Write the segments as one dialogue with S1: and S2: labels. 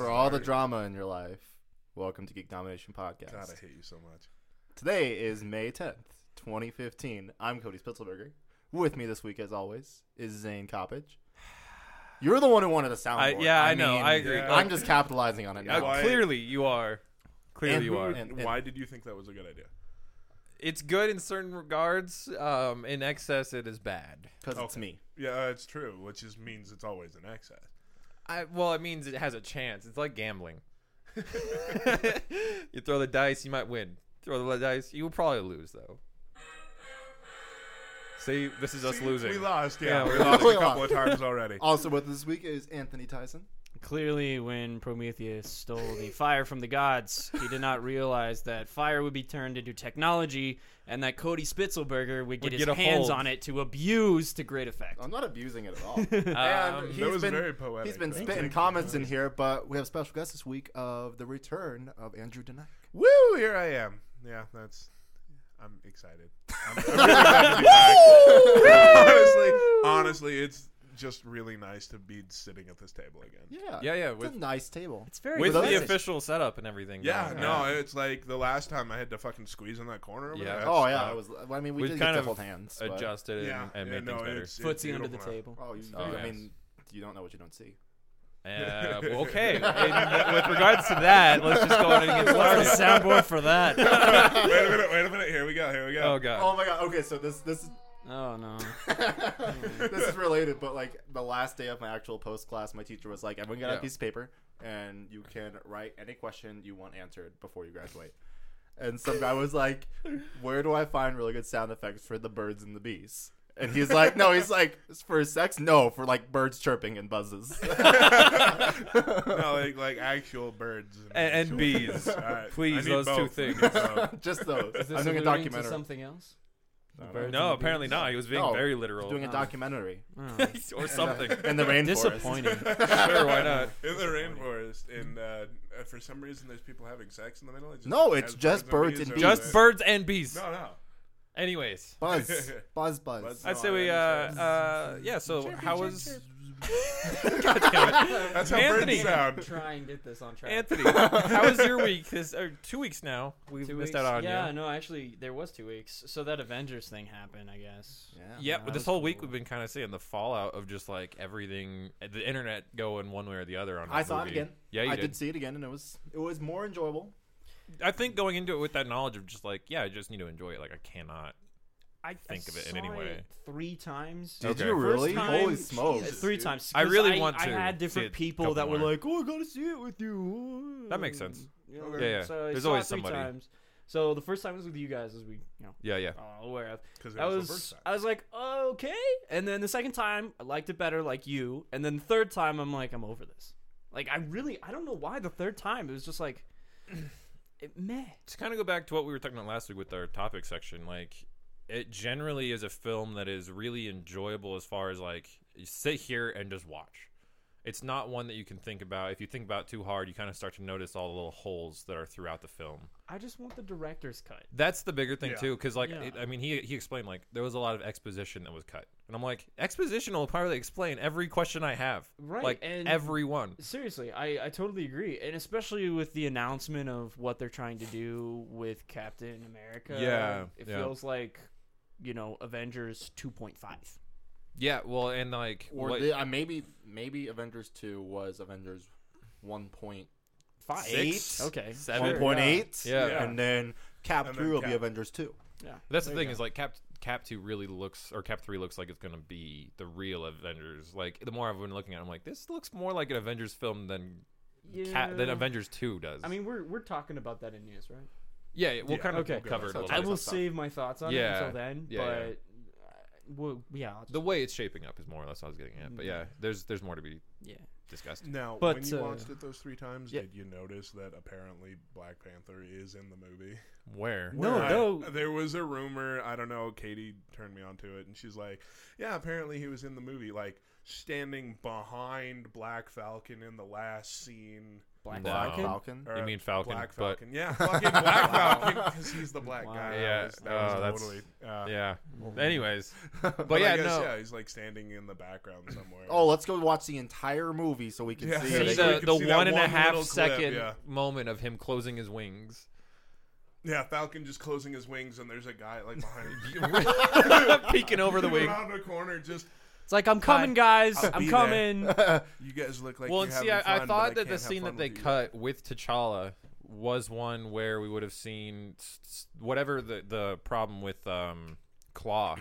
S1: all the drama in your life. Welcome to Geek Domination Podcast.
S2: God, I hate you so much.
S1: Today is May 10th, 2015. I'm Cody Spitzelberger. With me this week, as always, is Zane Coppage. You're the one who wanted a soundboard.
S3: I- yeah, I know. I agree.
S1: I'm just capitalizing on it
S2: Yeah,
S1: now.
S3: Uh,
S2: why-
S3: clearly, you are. Clearly,
S1: And
S3: you
S1: who
S3: are.
S1: would- And- and-
S2: Why did you think that was a good idea?
S3: It's good in certain regards. Um, in excess, it is bad.
S1: Because it's
S2: Okay.
S1: me.
S2: Yeah, uh, it's true, which just means it's always in excess.
S3: I, well, it means it has a chance. It's like gambling. you throw the dice, you might win. Throw the dice, you will probably lose though. See, this is us
S2: See,
S3: losing.
S2: We lost. Yeah,
S3: Yeah,
S2: we
S3: we
S2: lost
S1: lost.
S2: a couple of times already.
S1: Also with us this week is Anthony Tyson.
S4: Clearly, when Prometheus stole the fire from the gods, he did not realize that fire would be turned into technology and that Cody Spitzelberger
S3: Would
S4: would get his
S3: get a
S4: hands
S3: hold.
S4: on it to abuse to great effect.
S1: I'm not abusing it at all.
S3: Um,
S1: and
S3: that
S1: he's
S2: was
S1: been,
S2: very poetic.
S1: He's been
S2: Thank
S1: spitting
S2: you.
S1: comments in here, but we have special guest this week of the return of Andrew Denike.
S2: Woo! Here I am. Yeah, that's. I'm excited. I'm, I'm really glad to be back. honestly, honestly, it's just really nice to be sitting at this table again.
S1: Yeah.
S3: Yeah, yeah,
S1: It's a
S3: with-
S1: nice table.
S4: it's very
S3: With
S1: Well,
S3: the
S1: that's-
S3: official setup and everything.
S2: Yeah,
S3: going
S2: no,
S3: on.
S2: it's like the last time I had to fucking squeeze in that corner. Over
S3: Yeah.
S2: there. That's
S1: Oh yeah,
S2: not-
S1: it was. well, I mean, we
S3: We've
S1: did
S3: kind
S1: get to
S3: of
S1: hold hands. but-
S3: adjusted
S2: Yeah,
S3: and, and
S2: yeah,
S3: made
S2: no,
S3: things
S2: it's- it's
S4: footsie under the
S2: beautiful now.
S4: table.
S1: Oh, you,
S3: Oh,
S1: you- I
S3: yes.
S1: mean, you don't know what you don't see.
S3: better. Uh, well, okay. In- with regards to that, let's just go ahead and get started.
S4: What's the soundboard for that?
S2: wait a minute, wait a minute. Here we go. Here we go.
S3: Oh god.
S1: Oh my god. Okay, so this this
S4: Oh no!
S1: this is related, but like the last day of my actual post class, my teacher was like, "Everyone get out a
S3: Yeah.
S1: piece of paper, and you can write any question you want answered before you graduate." And some guy was like, "Where do I find really good sound effects for the birds and the bees?" And he's like, "No, he's like for sex, no, for like birds chirping and buzzes."
S2: no, like like actual birds
S3: And- and
S2: actual-
S3: bees.
S2: All right,
S3: Please,
S2: I need
S3: those two
S2: both. I need
S3: things.
S2: both.
S1: Just those.
S4: Is this
S1: I'm doing a
S4: alluding
S1: documentary.
S4: to something else?
S1: I don't
S4: Birds
S1: know.
S4: and
S3: No,
S4: the
S3: apparently
S4: bees.
S3: not. He was being
S1: No,
S3: very literal.
S1: doing uh, a
S4: Oh.
S1: documentary
S4: Oh.
S3: or something.
S1: in the rainforest.
S4: Disappointing.
S3: sure, why not?
S2: in the rainforest, and uh, for some reason, there's people having sex in the middle. It just
S1: No, it's
S2: has
S1: just birds and
S2: or
S1: bees.
S3: Just
S2: whatever.
S3: birds and bees.
S2: No, no.
S3: Anyways,
S1: Buzz, buzz, buzz.
S2: Buzz.
S3: I'd say
S2: No, I
S3: we. Uh,
S2: understand.
S3: uh, yeah. So how was
S2: That's how
S3: Anthony.
S2: birds sound.
S4: Try and get this on track.
S3: Anthony? How was your week? This or two weeks now. We've
S4: Two
S3: missed
S4: weeks?
S3: out on
S4: yeah,
S3: you.
S4: no, actually, there was two weeks. So that Avengers thing happened, I guess.
S3: Yeah,
S4: that
S3: but this
S4: was
S3: whole
S4: cool.
S3: week we've been kind of seeing the fallout of just like everything, the internet going one way or the other on.
S1: I
S3: that
S1: saw it
S3: movie.
S1: again.
S3: Yeah, you
S1: I
S3: did.
S1: did. see it again, and it was it was more enjoyable.
S3: I think going into it with that knowledge of just like, yeah, I just need to enjoy it. Like I cannot.
S4: I
S3: think of it in
S4: saw
S3: any way.
S4: Three times.
S1: Did
S3: Okay.
S1: you
S4: First
S1: really?
S4: time-
S1: Holy smokes!
S4: Jesus, three
S2: dude.
S4: times.
S3: I
S4: 'cause
S3: really want
S4: I
S3: to
S4: had
S3: see
S4: different
S3: it
S4: people that
S3: couple
S4: were
S3: more.
S4: like, "Oh, I gotta see it with you."
S3: That makes sense.
S4: Yeah,
S2: Okay.
S3: Yeah, yeah.
S4: So I
S3: There's
S4: saw
S3: always
S4: it three
S3: somebody.
S4: Times. So the first time was with you guys, as we, you know,
S3: Yeah, yeah.
S4: all aware of.
S2: 'Cause it
S4: That
S2: was
S4: was,
S2: the first time.
S4: I was like, okay. And then the second time, I liked it better, like you. And then the third time, I'm like, I'm over this. Like I really, I don't know why. The third time, it was just like, it meh.
S3: to kind of go back to what we were talking about last week with our topic section, like it generally is a film that is really enjoyable as far as like you sit here and just watch. It's not one that you can think about. If you think about it too hard, you kind of start to notice all the little holes that are throughout the film.
S4: I just want the director's cut.
S3: That's the bigger thing
S2: Yeah.
S3: too, because like
S4: Yeah.
S3: it, I mean, he he explained like there was a lot of exposition that was cut, and I'm like, exposition will probably explain every question I have,
S4: Right,
S3: Like
S4: and-
S3: every one.
S4: Seriously, I, I totally agree. And especially with the announcement of what they're trying to do with Captain America.
S3: Yeah,
S4: It
S3: yeah.
S4: feels like, you know, Avengers 2.5.
S3: Yeah, well, and like
S1: Or
S3: what-
S1: the, uh, maybe maybe Avengers two was Avengers one point
S4: Five.
S1: Six?
S4: Okay.
S3: Seven.
S1: one
S4: Sure,
S1: point eight.
S3: Yeah.
S2: Yeah.
S1: and then Cap
S2: And then
S1: three will be
S2: Cap.
S1: Avengers two.
S4: Yeah.
S3: That's the
S4: There you
S3: thing
S4: go.
S3: is like Cap Cap two really looks or Cap three looks like it's gonna be the real Avengers. Like the more I've been looking at, it, I'm like this looks more like an Avengers film than Cap, than
S4: Yeah.
S3: Avengers two does.
S4: I mean, we're, we're talking about that in news, right?
S3: yeah, yeah, we'll
S2: Yeah,
S3: kind of
S4: okay.
S3: cover it a
S1: So
S3: little
S1: Tell
S4: I
S1: me
S3: bit.
S4: will
S1: something.
S4: save my thoughts on
S3: Yeah.
S4: it until then.
S3: Yeah, yeah.
S4: but, uh, well, yeah. I'll just,
S3: The way it's shaping up is more or less what I was getting at. But yeah,
S2: Mm-hmm.
S3: there's there's more to be
S4: yeah.
S3: discussed.
S2: Now,
S4: But,
S2: when you
S4: uh,
S2: watched it those three times,
S4: yeah.
S2: did you notice that apparently Black Panther is in the movie?
S3: Where?
S4: No,
S2: Right.
S4: no.
S2: There was a rumor. I don't know. Katie turned me onto it, and she's like, "Yeah, apparently he was in the movie, like standing behind Black Falcon in the last scene
S4: Black
S3: No.
S1: Black
S4: Falcon.
S1: Falcon.
S2: Or
S3: You mean Falcon,
S2: Black
S3: but-
S2: Falcon. Yeah, fucking Black Falcon because he's the black
S4: Wow.
S2: guy. That
S3: Yeah,
S2: was- that
S3: oh,
S2: was
S3: that's-
S2: totally. uh,
S3: yeah. Anyways, but,
S2: But
S3: yeah,
S2: I guess,
S3: no.
S2: yeah, he's like standing in the background somewhere.
S1: Oh, let's go watch the entire movie so we can
S2: Yeah.
S1: see.
S2: See
S1: it.
S2: they-
S3: See
S1: again.
S2: we
S3: the,
S2: could
S3: the
S2: see that
S3: one and a
S2: one
S3: half
S2: little clip,
S3: second
S2: yeah.
S3: moment of him closing his wings.
S2: yeah, Falcon just closing his wings, and there's a guy like behind him
S3: peeking over the
S2: Peeking
S3: wing.
S2: around the corner. Just
S4: It's like I'm coming, guys.
S2: I'll
S4: I'm
S2: be
S4: coming.
S2: you guys look like.
S3: well,
S2: you're
S3: and see,
S2: having
S3: I, I
S2: fun, but
S3: thought that
S2: can't
S3: the
S2: have
S3: scene
S2: fun
S3: that they
S2: with you.
S3: cut with T'Challa was one where we would have seen s- s- whatever the the problem with um, Claw,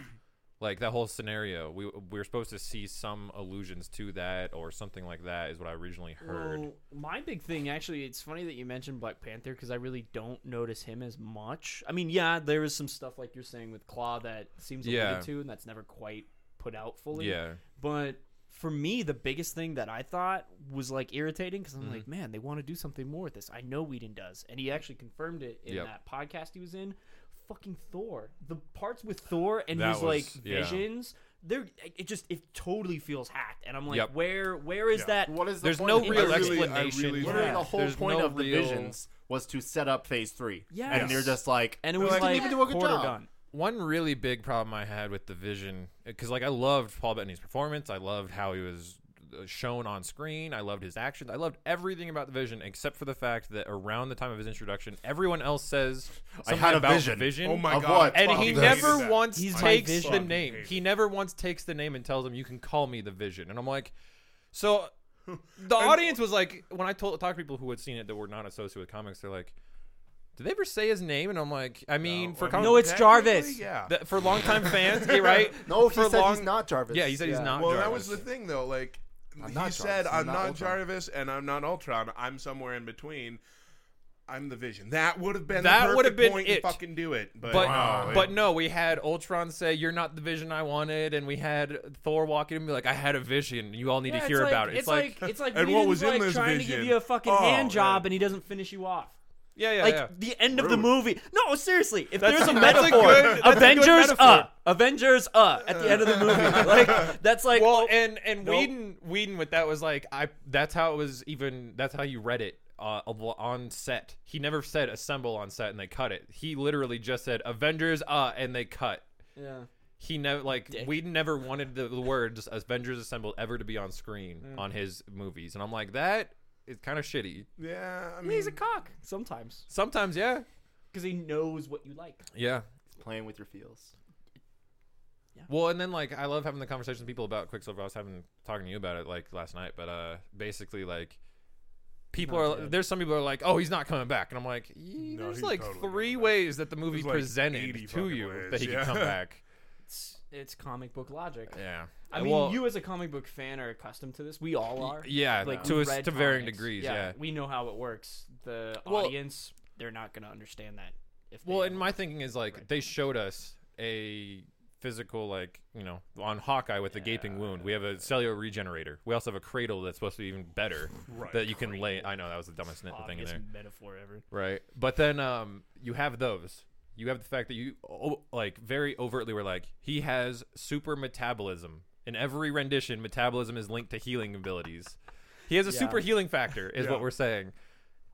S3: like that whole scenario. We we were supposed to see some allusions to that or something like that. Is what I originally heard.
S4: Well, my big thing, actually, it's funny that you mentioned Black Panther because I really don't notice him as much. I mean, yeah, there is some stuff like you're saying with Claw that seems
S3: Yeah.
S4: alluded to, and that's never quite put out fully.
S3: yeah,
S4: But for me, the biggest thing that I thought was like irritating because I'm
S3: Mm-hmm.
S4: like, man, they want to do something more with this. I know Whedon does, and he actually confirmed it in
S3: Yep.
S4: that podcast he was in. Fucking Thor, the parts with Thor and
S3: That
S4: his like
S3: was- yeah.
S4: visions, they're it just it totally feels hacked, and I'm like,
S3: Yep.
S4: where where is
S2: Yeah.
S4: that?
S1: What is the
S3: there's
S1: point?
S3: no
S1: of-
S3: real
S2: I really- I
S3: explanation.
S2: really-
S3: for
S1: Literally,
S3: that.
S1: the whole
S3: There's
S1: point
S3: no
S1: of the
S3: real-
S1: visions was to set up Phase Three.
S4: Yes.
S1: and they're just like,
S4: And it
S1: "They
S4: was
S1: didn't
S4: like
S1: even do a good
S4: quarter
S1: job."
S4: done.
S3: One really big problem I had with the Vision, because like I loved Paul Bettany's performance, I loved how he was uh, shown on screen, I loved his actions, I loved everything about the Vision except for the fact that around the time of his introduction, everyone else says
S1: I
S3: something
S1: had a
S3: about
S1: vision.
S2: Oh my
S1: Of
S2: god!
S1: what?
S2: I
S3: And
S2: fucking
S3: he
S2: hated
S3: never
S2: that.
S3: once
S4: He's my
S3: takes
S4: Vision.
S3: the
S2: Fucking
S3: name.
S2: hated
S3: He never once takes the name and tells him, "You can call me the Vision." And I'm like, so the
S2: And-
S3: audience was like, when I told talked to people who had seen it that were not associated with comics, they're like, "Did they ever say his name?" And I'm like, I mean, for
S2: I
S3: comic-
S2: mean,
S4: No, it's
S2: technically,
S4: Jarvis.
S2: Yeah.
S3: that- for longtime fans, yeah, right?
S1: No, he
S3: for
S1: said he's not Jarvis.
S3: Yeah, he said he's
S4: Yeah.
S3: not.
S2: well,
S3: Jarvis.
S2: that was the thing though. Like
S1: I'm
S2: he
S1: not
S2: said,
S1: Jarvis, I'm
S2: I'm,
S1: not
S2: not,
S1: Ultron."
S2: Jarvis and I'm not Ultron. I'm somewhere in between. I'm the Vision. That would have been
S3: That
S2: the
S3: would have
S2: perfect
S3: been
S2: point
S3: it.
S2: To fucking do it, but
S3: But
S2: no,
S3: but no, we had Ultron say, "You're not the Vision I wanted," and we had Thor walking and be like, "I had a vision. You all need to hear about it." It's, like,
S4: it's like
S2: And
S4: Whedon's
S2: what was in
S4: like
S2: this
S4: trying to
S2: vision?
S4: give you a fucking
S2: Oh,
S4: hand job
S2: yeah.
S4: and he doesn't finish you off.
S3: yeah, yeah,
S4: Like
S3: yeah.
S4: the end of the
S2: Rude.
S4: movie. No, seriously. If
S3: That's-
S4: there's a
S3: that's a
S4: metaphor,
S3: good- that's a good
S4: Avengers,
S3: metaphor.
S4: uh, Avengers, uh, at the end of the movie, like that's like
S3: well,
S4: oh,
S3: and and
S4: no.
S3: Whedon Whedon with that was like, I that's how it was even that's how you read it. Uh, of- on set, he never said assemble on set, and they cut it. He literally just said Avengers, uh, and they cut.
S4: yeah.
S3: He never like
S4: Dick.
S3: Whedon never wanted the, the words Avengers Assemble ever to be on screen on his movies, and I'm like that is kind of shitty.
S2: yeah, I mean,
S4: He's a cock sometimes
S3: Sometimes, yeah,
S4: because he knows what you like.
S3: yeah.
S1: playing with your feels.
S3: Well, and then like I love having the conversations with people about Quicksilver. I was having talking to you about it like last night, but uh, basically like people
S4: Not
S3: are
S4: dead.
S3: there's some people are like, oh, he's not coming back, and I'm like, "Ye-
S2: No,
S3: there's
S2: he's
S3: like
S2: totally
S3: three
S2: coming back.
S3: ways that the movie
S2: There's, like, 80
S3: presented to
S2: fucking
S3: you
S2: ways,
S3: that he
S2: yeah.
S3: can come back.
S4: It's it's comic book logic.
S3: Yeah, Uh,
S4: I mean,
S3: Well,
S4: you as a comic book fan are accustomed to this. We all are.
S3: yeah,
S4: like
S3: to
S4: we
S3: a,
S4: read
S3: to varying
S4: comics.
S3: degrees, yeah.
S4: we know how it works. The
S3: Well-
S4: audience, they're not going to understand that. If
S3: Well,
S4: they-
S3: and my thinking is like they showed us a physical, like you know, on Hawkeye with a gaping wound. We have a cellular regenerator. We also have a cradle that's supposed to be even better
S2: Right.
S3: that you can lay. I know that was the dumbest nit- thing in
S4: obvious
S3: there,
S4: metaphor ever.
S3: right? But then um, you have those. You have the fact that you oh, like very overtly were like he has super metabolism. In every rendition, metabolism is linked to healing abilities. He has a
S4: Yeah.
S3: super healing factor, is what
S2: Yeah.
S3: we're saying.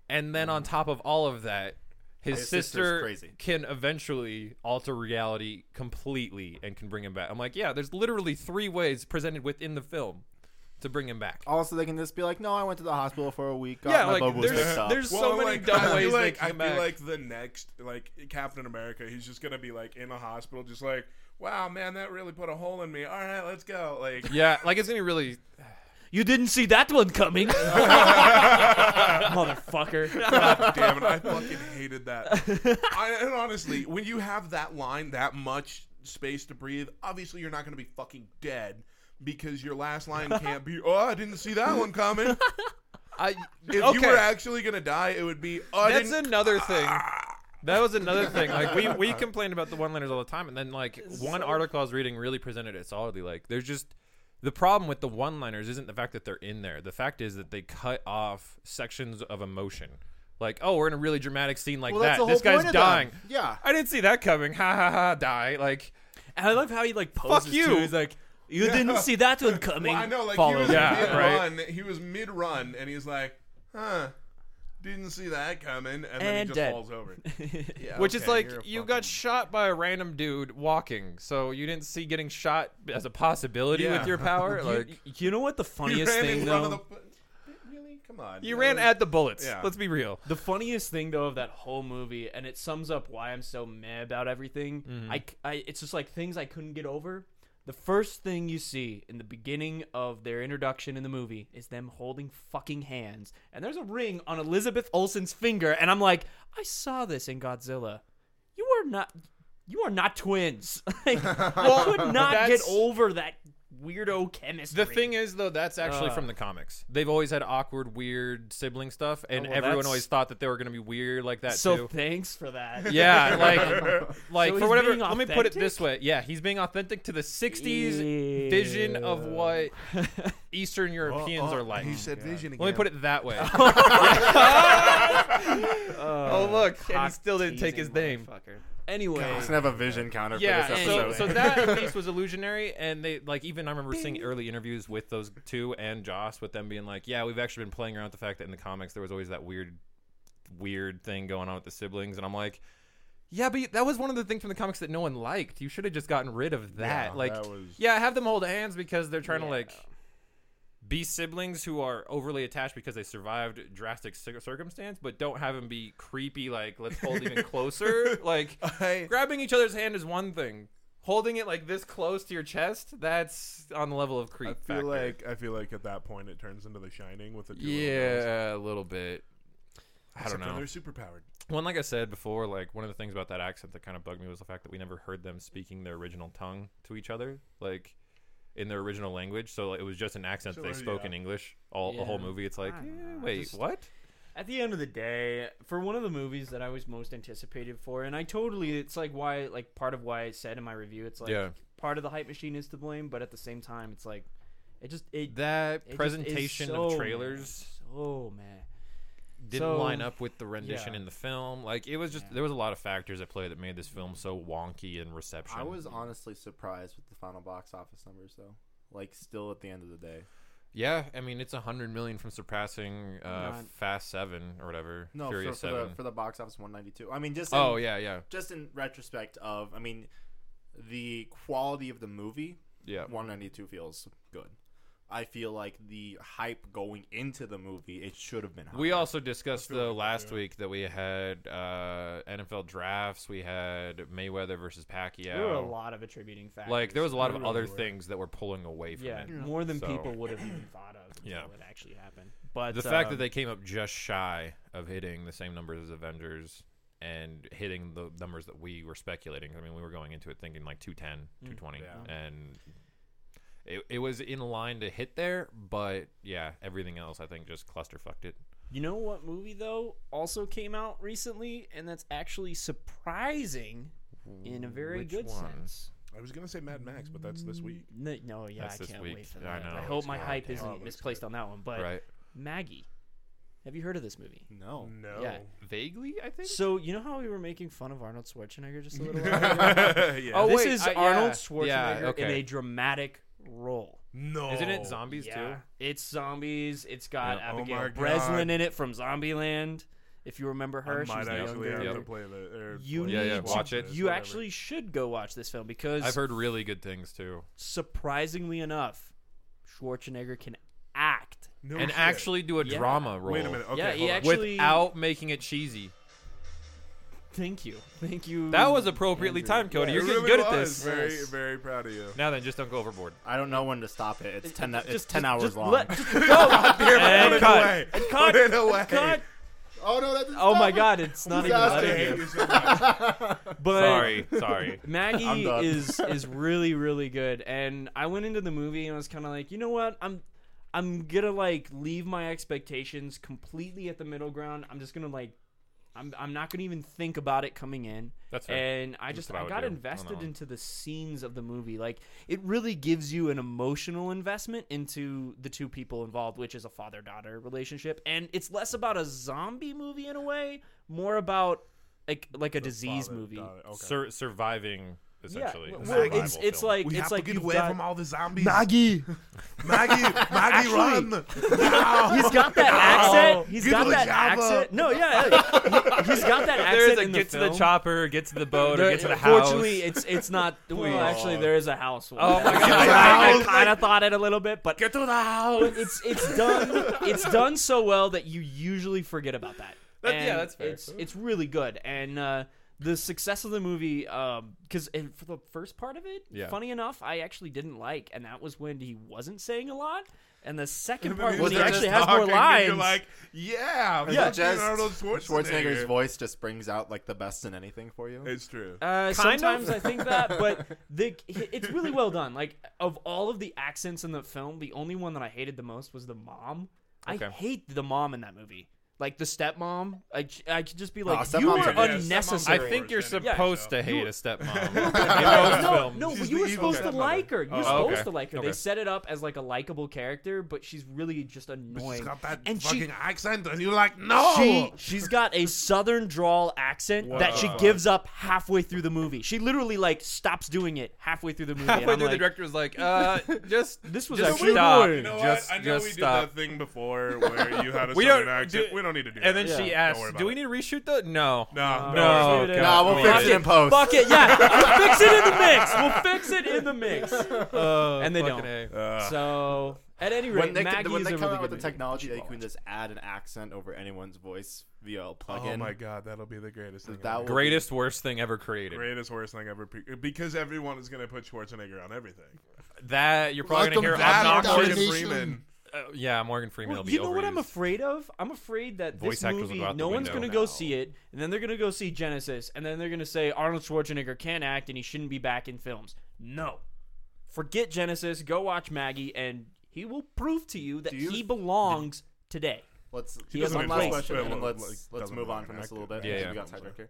S3: And then on top of all of that, his,
S1: His sister's
S3: sister
S1: crazy.
S3: can eventually alter reality completely and can bring him back. I'm like, yeah, there's literally three ways presented within the film to bring him back.
S1: Also, they can just be like, "No, I went to the hospital for a week. Got
S3: yeah,
S1: my
S3: like
S1: bubbles
S3: there's,
S1: fixed up."
S3: there's so
S2: Well,
S3: many
S2: like,
S3: dumb
S2: I feel
S3: ways
S2: like,
S3: they
S2: I
S3: can
S2: feel
S3: back.
S2: like the next, like Captain America, he's just gonna be like in a hospital, just like, wow, man, that really put a hole in me. All right, let's go. Like,
S3: yeah, like it's gonna be really
S4: You didn't see that one coming, motherfucker.
S2: God damn it, I fucking hated that. I, and honestly, when you have that line, that much space to breathe, obviously you're not going to be fucking dead because your last line can't be, oh, I didn't see that one coming.
S3: I
S2: If
S3: okay.
S2: you were actually going to die, it would be, oh, I
S3: That's
S2: didn't-
S3: another thing. That was another thing. Like we we complained about the one-liners all the time, and then like one article I was reading really presented it solidly. Like there's just the problem with the one-liners isn't the fact that they're in there. The fact is that they cut off sections of emotion. Like oh, we're in a really dramatic scene like
S1: Well, that's
S3: that.
S1: the
S3: This
S1: whole
S3: guy's
S1: point of them.
S3: dying.
S1: Yeah.
S3: I didn't see that coming. Ha ha ha! Die. Like
S4: I love how he like poses.
S3: Fuck you.
S4: Too. He's like, you didn't see that one coming.
S2: Well, I know, like,
S4: Follow
S2: he was
S4: me."
S3: Yeah,
S2: mid
S3: right.
S2: run. He was mid run, and he's like, huh. Didn't see that coming, and, then he
S4: And
S2: just
S4: dead.
S2: falls over. Yeah,
S3: Which is
S2: okay,
S3: like
S2: you're a
S3: you
S2: fucking-
S3: got shot by a random dude walking, so you didn't see getting shot as a possibility
S2: Yeah.
S3: with your power. like
S4: you, you know what the
S2: He
S4: funniest
S2: ran in
S4: thing
S2: front of
S4: though?
S2: the- Really? Come on.
S3: you
S2: That
S3: ran
S2: was-
S3: at the bullets.
S2: Yeah.
S3: Let's be real.
S4: The funniest thing though of that whole movie, and it sums up why I'm so meh about everything.
S3: Mm-hmm.
S4: I, c- I- it's just like things I couldn't get over. The first thing you see in the beginning of their introduction in the movie is them holding fucking hands, and there's a ring on Elizabeth Olsen's finger, and I'm like, I saw this in Godzilla. You are not, you are not twins. like, I could not get
S3: that's-
S4: over that weirdo chemistry.
S3: The thing is, though, that's actually
S4: Uh.
S3: from the comics. They've always had awkward, weird sibling stuff, and
S4: Oh, well,
S3: everyone
S4: that's-
S3: always thought that they were going to be weird like that
S4: so
S3: too.
S4: thanks for that.
S3: yeah, like, like for
S4: So he's
S3: whatever.
S4: being
S3: Let me put it
S4: authentic?
S3: this way. Yeah, he's being authentic to the '60s vision of
S4: Ew.
S3: what Eastern
S2: Uh,
S3: Europeans
S2: uh,
S3: are like. oh
S2: He said vision again.
S3: Let me put it that way. oh look, and he still didn't take his
S4: Cock-teasing
S3: name.
S4: motherfucker. Anyway,
S1: I doesn't have a vision counter
S3: Yeah,
S1: for this
S3: so,
S1: episode.
S3: so that at least was illusionary, and they like even I remember seeing early interviews with those two and Joss with them being like, "Yeah, we've actually been playing around with the fact that in the comics there was always that weird, weird thing going on with the siblings," and I'm like. Yeah, but that was one of the things from the comics that no one liked. You should have just gotten rid of that.
S1: Yeah,
S3: like,
S1: that was-
S3: yeah, have them hold hands because they're trying to
S4: Yeah.
S3: like be siblings who are overly attached because they survived drastic cir- circumstance, but don't have them be creepy. Like, let's hold even closer. Like,
S2: I-
S3: grabbing each other's hand is one thing. Holding it like this close to your chest, that's on the level of creep.
S2: I feel
S3: factor.
S2: like I feel like at that point it turns into The Shining with the two little girls.
S3: yeah, a little bit. I don't
S2: Except for
S3: know.
S2: They're super powered.
S3: One, like I said before, like one of the things about that accent that kind of bugged me was the fact that we never heard them speaking their original tongue to each other, like in their original language. So like, it was just an accent that they
S2: Sure,
S3: spoke
S2: yeah.
S3: in English all the whole
S4: Yeah.
S3: movie. It's like,
S4: I don't
S3: eh,
S4: know, I
S3: wait,
S4: just-
S3: what?
S4: At the end of the day, for one of the movies that I was most anticipated for, and I totally, it's like why, like part of why I said in my review, it's like
S3: Yeah.
S4: part of the hype machine is to blame, but at the same time, it's like, it just, it,
S3: That
S4: it just is
S3: presentation
S4: so
S3: of
S4: meh.
S3: trailers
S4: so man.
S3: didn't
S4: So-
S3: line up with the rendition
S4: yeah.
S3: in the film. Like it was just there was a lot of factors at play that made this film so wonky in reception.
S1: I was honestly surprised with the final box office numbers, though. Like, still at the end of the day.
S3: yeah, I mean it's a hundred million from surpassing uh,
S4: Not-
S3: Fast Seven or whatever
S1: No, for,
S3: Furious
S1: for the
S3: Seven.
S1: for the box office, one ninety two. I mean, just
S3: oh
S1: in-
S3: yeah, yeah,
S1: just in retrospect of, I mean, the quality of the movie,
S3: yeah.
S1: 192 feels good. I feel like the hype going into the movie, it should have been. Higher.
S3: We also discussed though last week that we had uh, NFL drafts. We had Mayweather versus Pacquiao.
S4: There were a lot of attributing factors.
S3: Like there was a lot of
S2: There really
S3: other
S2: were.
S3: things that were pulling away from
S4: yeah,
S3: it.
S4: more than
S3: So-
S4: people would have even thought of until
S3: Yeah.
S4: it actually happened. But
S3: the fact
S4: um,
S3: that they came up just shy of hitting the same numbers as Avengers and hitting the numbers that we were speculating. I mean, we were going into it thinking like 210,
S4: Mm,
S3: 220
S1: Yeah.
S3: and it, it was in line to hit there, but yeah, everything else I think just cluster fucked it.
S4: You know what movie though also came out recently, and that's actually surprising in a very
S3: Which
S4: good
S3: one?
S4: sense.
S2: I was gonna say Mad Max, but that's this week.
S4: No, no yeah,
S3: That's
S4: I
S3: this
S4: can't
S3: week.
S4: wait for
S3: Yeah, I
S4: that. I,
S3: know.
S4: hope my
S3: It's
S4: hype
S2: goddamn-
S4: isn't
S2: Oh, it looks
S4: misplaced on that one. But
S3: right.
S4: Maggie, have you heard of this movie?
S1: no.
S2: No.
S4: Oh, Yeah.
S3: Vaguely, I think.
S4: So you know how we were making fun of Arnold Schwarzenegger just a little while ago?
S2: yeah.
S3: Oh,
S4: this
S3: wait,
S4: is
S3: I- yeah.
S4: Arnold Schwarzenegger
S3: Yeah,
S4: in
S3: okay.
S4: a dramatic role.
S2: no.
S3: Isn't it zombies
S4: yeah, it's zombies. It's got
S3: Yeah,
S2: oh
S4: Abigail
S2: my
S4: Breslin
S2: God.
S4: in it from Zombieland. If you remember
S2: I
S4: her, she was
S2: might
S4: the young
S2: actually have
S4: girl.
S2: to play the. or
S4: You
S2: play
S3: Yeah,
S4: need
S3: yeah,
S4: to-
S3: watch it.
S4: You
S2: whatever.
S4: actually should go watch this film because
S3: too? I've heard really good things too.
S4: surprisingly enough, Schwarzenegger can act.
S2: No
S3: and
S2: Oh, shit.
S3: actually do a
S4: Yeah.
S3: drama role.
S2: Wait a minute. Okay,
S4: yeah, he
S2: hold on.
S4: actually-
S3: Without making it cheesy.
S4: Thank you, thank you.
S3: That was appropriately
S4: Andrew.
S3: timed, Cody.
S2: It
S3: You're getting
S2: really
S3: good at
S2: was.
S3: this.
S2: Very,
S4: Yes.
S2: very proud of you.
S3: Now then, just don't go overboard.
S1: I don't know when to stop it. It's ten. It's
S4: Just-
S1: ten
S4: just-
S1: hours
S4: just
S1: long.
S4: let- just go.
S2: Put
S4: and
S2: it
S4: cut.
S2: away.
S4: And cut.
S2: Put it away.
S4: Cut.
S1: oh no! That's
S4: Oh my God, it's not even
S2: I
S4: letting
S2: hate
S4: you.
S2: you so much.
S4: But
S3: Sorry, sorry.
S1: I'm
S4: Maggie
S1: done.
S4: is is really really good, and I went into the movie and I was kind of like, you know what, I'm I'm gonna like leave my expectations completely at the middle ground. I'm just gonna like, I'm I'm not gonna even think about it coming in.
S3: That's fair.
S4: and I
S3: That's
S4: just
S3: what I
S4: I
S3: would
S4: got
S3: do on that
S4: invested
S3: one.
S4: into the scenes of the movie. Like it really gives you an emotional investment into the two people involved, which is a father daughter relationship, and it's less about a zombie movie in a way, more about like like a disease
S2: Father,
S4: movie.
S2: daughter, Okay.
S3: Sur- surviving essentially.
S4: Yeah,
S3: It's a
S4: well,
S3: survival
S4: it's it's
S3: film.
S4: like
S2: we
S4: it's
S2: have
S4: like
S2: to get
S4: you've
S2: away
S4: got,
S2: from all the zombies.
S1: Maggie.
S2: Maggie, Maggie, run! No.
S4: He's got that accent. He's
S2: Get
S4: got
S2: to the
S4: that
S2: Java.
S4: accent. No, yeah, yeah. He- he's got that
S3: There's
S4: accent
S3: a
S4: in the
S3: get to
S4: film.
S3: the chopper, get to the boat, or
S4: There-
S3: get to the house.
S4: Fortunately, it's it's not. Well, actually, there is a house. one.
S3: Oh my God.
S4: I,
S2: House,
S4: kind of thought it a little bit, but
S3: get to the house.
S4: but it's it's done it's done so well that you usually forget about that.
S3: That- yeah,
S4: And
S3: that's fair.
S4: It's it's really good, and uh, the success of the movie, because for the first part of it,
S1: Yeah.
S4: funny enough, I actually didn't like, and that was when he wasn't saying a lot, and the second
S2: Maybe
S4: part when
S2: they're
S4: he
S1: just
S4: actually has
S2: talking
S4: more
S2: and
S4: lines.
S2: You're like, yeah,
S1: Yeah,
S2: yeah.
S1: just
S2: Arnold
S1: Schwarzenegger's
S2: Schwarzenegger.
S1: voice just brings out like the best in anything for you.
S2: It's true.
S4: Uh,
S3: Kind of?
S4: sometimes I think that, but the, it's really well done. Like of all of the accents in the film, the only one that I hated the most was the mom. I
S3: Okay.
S4: hate the mom in that movie. Like the stepmom, I, j- I could just be like,
S1: stepmom's
S4: you
S1: a
S4: are
S1: good- Yeah,
S2: stepmom's
S4: unnecessary.
S3: I
S2: Sure,
S3: think you're
S2: it's anyway,
S3: supposed
S2: so.
S3: to hate a stepmom.
S4: No,
S3: in most
S4: no,
S3: films.
S4: no, but
S2: She's
S4: you
S2: the
S4: were
S2: evil
S4: supposed to
S2: stepmother.
S4: like her. You were
S3: Oh,
S4: supposed
S3: okay.
S4: to like her. They
S3: Okay.
S4: set it up as like a likable character, but she's really just annoying.
S2: She's got that
S4: and
S2: fucking
S4: she
S2: accent, and you're like, no.
S1: Oh.
S4: She she's got a southern drawl accent that she
S3: Wow.
S4: gives up halfway through the movie. She literally like stops doing it halfway through the movie. and
S3: Halfway
S4: I'm
S3: through, the
S4: like,
S3: director was like, "Uh, just
S4: This was
S3: just
S4: actually
S3: stop.
S4: boring. You
S2: You know
S3: just
S2: what? I know
S3: just
S2: we
S3: stop."
S2: did that thing before where you had a
S3: We
S2: southern
S3: don't
S2: accent.
S3: do-
S2: we don't need to do
S3: And
S2: that.
S3: then she
S2: Yeah. Don't worry
S3: asked,
S2: about
S3: "Do we
S2: it.
S3: need to reshoot the no?"
S2: No,
S3: No,
S2: no,
S3: God.
S1: Nah, we'll
S3: Yeah.
S1: fix it in post.
S4: Fuck it, yeah. We'll fix it in the mix. We'll fix it in the mix.
S3: Uh,
S4: And they
S3: fucking
S4: don't.
S3: A.
S2: Uh,
S4: So at any rate,
S1: When they,
S4: Maggie
S1: when
S4: is
S1: they
S4: a
S1: come
S4: really
S1: out
S4: good
S1: with the
S4: movie.
S1: technology that you can just add an accent over anyone's voice via a plugin.
S2: oh my god, that'll be the greatest thing.
S1: That
S2: ever.
S1: will-
S3: Greatest worst thing ever created.
S2: greatest worst thing ever pe- because everyone is going to put Schwarzenegger on everything.
S3: That you're probably gonna
S5: Welcome
S3: hear
S5: back,
S3: obnoxious.
S5: Domination.
S3: Uh, yeah, Morgan Freeman
S4: Well,
S3: will be
S4: you know what
S3: overused.
S4: I'm afraid of? I'm afraid that
S3: Voice
S4: this
S3: actors will
S4: movie,
S3: go out the
S4: no one's
S3: window
S4: gonna go
S1: now.
S4: see it, and then they're gonna go see Genesis, and then they're gonna say Arnold Schwarzenegger can't act and he shouldn't be back in films. No, forget Genesis. Go watch Maggie, and he will prove to you that
S1: Do you-
S4: he belongs today.
S1: Let's
S4: He
S1: just
S4: has
S1: one
S4: a
S1: last
S4: place.
S1: question, and
S2: Well,
S1: then let's
S2: like,
S1: let's
S2: doesn't
S1: move on
S2: matter,
S1: from this a little
S2: active,
S1: bit.
S3: yeah,
S1: because
S3: yeah.
S1: We got tiebreaker.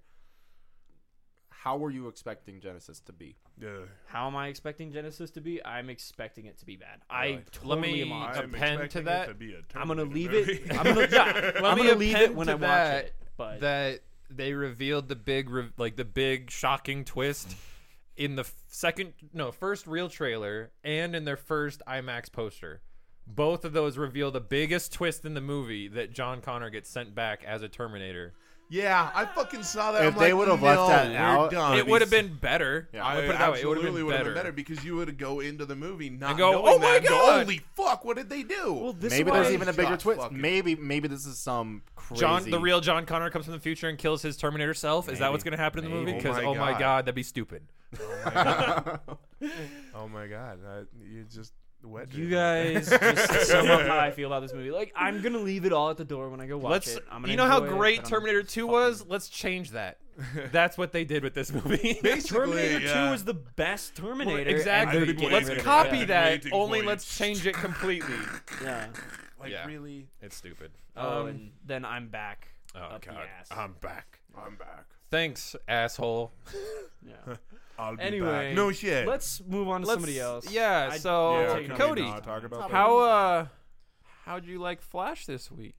S1: How were you expecting Genesis to be?
S2: Yeah.
S4: How am I expecting Genesis to be? I'm expecting it to be bad. I
S1: Really?
S4: totally
S3: me-
S4: am on.
S2: I am
S3: Append to
S2: expecting it
S3: that,
S2: to be a
S4: I'm gonna
S2: Terminator
S4: leave
S2: movie.
S4: it. I'm gonna, yeah,
S3: Let
S4: I'm
S3: me
S4: gonna leave it
S3: append
S4: when
S3: to
S4: I watch
S3: that,
S4: it. But
S3: that they revealed the big, re- like the big shocking twist in the f- second, no, first real trailer and in their first IMAX poster. Both of those reveal the biggest twist in the movie that John Connor gets sent back as a Terminator.
S2: Yeah, I fucking saw that.
S1: If
S2: I'm
S1: they
S2: like,
S1: would've left
S2: no,
S1: that
S2: we're
S1: out,
S2: done.
S3: it would have been better.
S1: Yeah.
S3: I
S2: I
S3: put it that way. It would have
S2: absolutely
S3: been
S2: would've
S3: better.
S2: because you would go into the movie not
S3: And go,
S2: knowing
S3: "Oh my
S2: that, go,
S3: God!"
S2: Holy fuck! What did they do?
S4: well, this
S1: maybe
S4: is
S1: there's
S4: why-
S1: even a bigger
S2: Shot
S1: twist.
S2: fucking-
S1: Maybe maybe this is some crazy.
S3: John, the real John Connor, comes from the future and kills his Terminator self. Is that what's going to happen in the movie?
S2: Oh
S3: Because
S2: my
S3: oh my
S2: God.
S3: god, that'd be stupid.
S2: oh my god, I, you just wet.
S4: You
S2: dreamed.
S4: guys just sum up how I feel about this movie. Like, I'm gonna leave it all at the door when I go watch
S3: Let's.
S4: it. I'm gonna
S3: You know how
S4: enjoy it,
S3: great
S4: but I'm-
S3: Terminator Two was. Let's change that. That's what they did with this movie.
S2: Basically,
S4: Terminator
S2: yeah.
S4: 2 is the best Terminator. and
S3: exactly.
S4: they're
S2: I'd be
S4: getting
S3: Let's
S4: rid of it.
S3: copy
S2: I'd be
S3: that.
S2: waiting
S3: Only
S2: for it.
S3: let's change it completely.
S4: Yeah.
S2: like
S3: yeah.
S2: really.
S3: it's stupid.
S4: Oh,
S3: Um,
S4: and then I'm back.
S3: oh
S4: up the
S3: god,
S4: ass.
S3: I'm back.
S2: I'm back.
S3: Thanks, asshole.
S4: Yeah.
S2: I'll be
S4: Anyway,
S2: back. no shit.
S4: Let's move on to
S3: Let's-
S4: somebody else.
S3: Yeah.
S4: I'd-
S3: so
S2: yeah,
S4: take
S2: can we
S3: Cody,
S2: not talk about that?
S3: how uh, how'd you like Flash this week?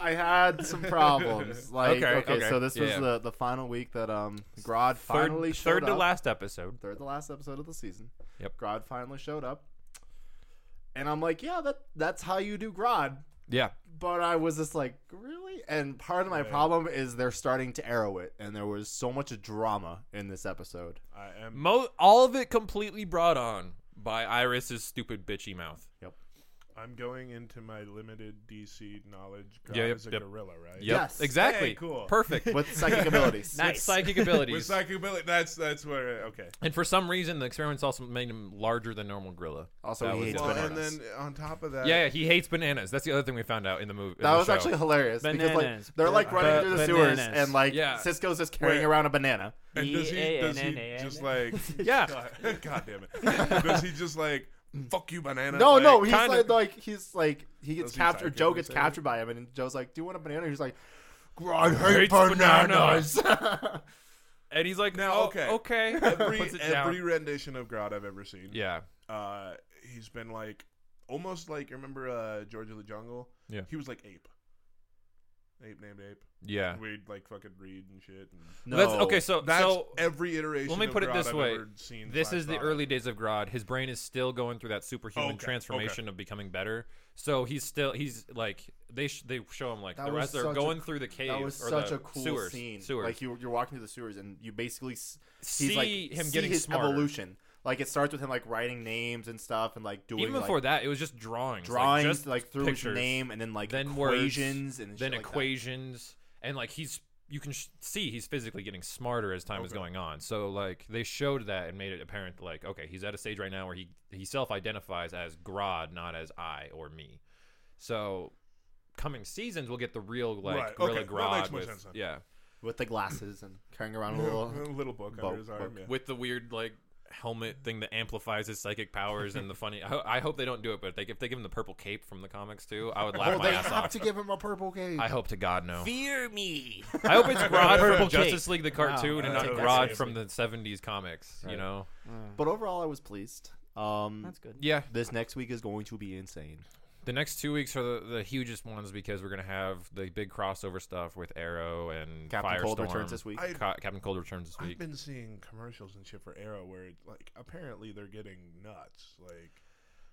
S1: I had some problems. Like
S3: Okay,
S1: okay,
S3: okay.
S1: so this was
S3: Yeah.
S1: the the final week that um Grodd finally
S3: third,
S1: showed
S3: third
S1: up.
S3: to last episode.
S1: third to last episode of the season.
S3: Yep.
S1: Grodd finally showed up. And I'm like, yeah, that that's how you do Grodd.
S3: Yeah.
S1: But I was just like, really? And part of my problem is they're starting to arrow it, and there was so much drama in this episode.
S2: I am.
S3: Mo- all of it completely brought on by Iris's stupid bitchy mouth.
S2: I'm going into my limited DC knowledge. God
S3: Yeah, yep,
S2: is a
S3: yep.
S2: gorilla, right?
S3: Yep,
S1: Yes.
S3: Exactly.
S2: Hey, cool.
S3: Perfect.
S1: With psychic abilities.
S4: Nice.
S3: With psychic
S2: With
S3: abilities.
S2: psychobilly, that's that's where okay.
S3: and for some reason, the experiments also made him larger than normal gorilla.
S1: Also,
S3: That
S1: he
S3: was
S1: hates
S3: it.
S2: Well, and
S1: bananas.
S2: then on top of that,
S3: Yeah, yeah, he hates bananas. That's the other thing we found out in the movie. in
S1: that
S3: the
S1: was
S3: show.
S1: actually hilarious because
S4: Bananas.
S1: like they're like
S2: Ba-
S1: running through the
S4: bananas.
S1: sewers and like
S3: Yeah.
S1: Cisco's just carrying
S2: Wait.
S1: around a banana.
S2: And does he, does he
S4: B-A-N-N-A-N.
S2: just like?
S3: yeah.
S2: God, God damn it! Does he just like fuck you, banana?
S1: No,
S2: like,
S1: no, he's
S3: kinda-
S1: like, like he's like he gets
S2: Does he
S1: captured.
S2: psychically
S1: Joe gets
S2: say it?
S1: captured by him, and Joe's like, "Do you want a banana?" He's like, "I hate
S3: Hates bananas."
S1: bananas."
S3: And he's like,
S2: Now,
S3: no,
S2: okay.
S3: okay. Okay.
S2: Every
S3: Puts it down.
S2: every rendition of Grodd I've ever seen,
S3: Yeah.
S2: uh, he's been like almost like you remember uh, George of the Jungle?
S3: Yeah.
S2: he was like ape. Ape named ape.
S3: Yeah.
S2: We'd like fucking read and shit. And
S1: No.
S3: That's okay. So
S2: that's
S3: so
S2: every iteration.
S3: let me
S2: of
S3: put it
S2: Grodd
S3: this
S2: I've
S3: way.
S2: ever seen
S3: this
S2: slash
S3: is the
S2: thought of.
S3: early days of Grodd. His brain is still going through that superhuman
S2: Okay,
S3: transformation of becoming better. So he's still he's like they sh- they show him like
S1: That
S3: the
S1: was
S3: rest they're
S1: such a-
S3: going through the cave
S1: That was
S3: or
S1: such
S3: the
S1: a cool
S3: sewers,
S1: scene.
S3: Sewers.
S1: Like you, you're walking through the sewers, and you basically s- he's
S3: See
S1: like,
S3: him
S1: see
S3: getting
S1: his
S3: smarter.
S1: evolution. Like it starts with him like writing names and stuff, and like doing
S3: Even
S1: like,
S3: before that, it was just drawings,
S1: drawings,
S3: like, just
S1: like, through his
S3: pictures,
S1: name, and then like
S3: then
S1: equations,
S3: words,
S1: and
S3: then
S1: shit like that.
S3: equations, and like he's you can sh- see he's physically getting smarter as time is going on. So like they showed that and made it apparent like okay, he's at a stage right now where he he self-identifies as Grodd, not as I or me. So coming seasons we'll get the real like
S2: Right,
S3: gorilla
S2: okay, that
S3: Grodd
S2: makes more
S3: with
S2: sense then.
S3: yeah
S1: with the glasses and carrying around a
S2: little,
S1: little.
S2: little book
S1: Bo-
S2: under his arm.
S1: book.
S2: Yeah.
S3: with the weird like helmet thing that amplifies his psychic powers and the funny I, ho- I hope they don't do it but if they, if they give him the purple cape from the comics too i would laugh
S1: oh,
S3: my
S1: they
S3: ass
S1: have
S3: off
S1: to give him a purple cape.
S3: i hope to god no
S5: Fear me.
S3: I hope it's Grodd
S4: Purple
S3: from
S4: cake.
S3: Justice League the cartoon
S2: Wow.
S3: and not
S2: Take that
S3: Grodd from the '70s comics. You
S1: Right.
S3: know?
S1: but overall, I was pleased. Um,
S4: That's good.
S3: Yeah.
S1: This next week is going to be insane.
S3: The next two weeks are the, the hugest ones because we're gonna have the big crossover stuff with Arrow and
S1: Captain
S3: Firestorm.
S1: Cold returns this week.
S2: I-
S3: Ca- Captain Cold returns this
S2: I've
S3: week.
S2: been seeing commercials and shit for Arrow where it's like apparently they're getting nuts. Like,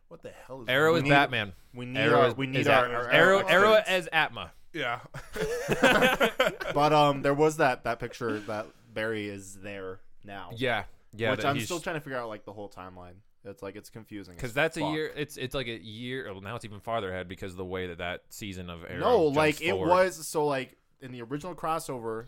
S2: what the hell is
S3: Arrow
S1: We
S3: is
S2: going
S1: need-
S3: Batman.
S1: we need
S3: Arrow
S1: our,
S3: is,
S1: we
S3: is
S1: need our,
S3: Atma.
S1: our
S3: Arrow.
S1: offense.
S3: Arrow as Atma.
S2: Yeah.
S1: But um, there was that that picture that Barry is there now.
S3: Yeah, yeah.
S1: which I'm still trying to figure out like the whole timeline. It's like it's confusing as
S3: because that's a
S1: fuck.
S3: year. It's it's like a year. Well, now it's even farther ahead because of the way that that season of Arrow.
S1: No,
S3: jumps
S1: like it
S3: forward.
S1: was so like in the original crossover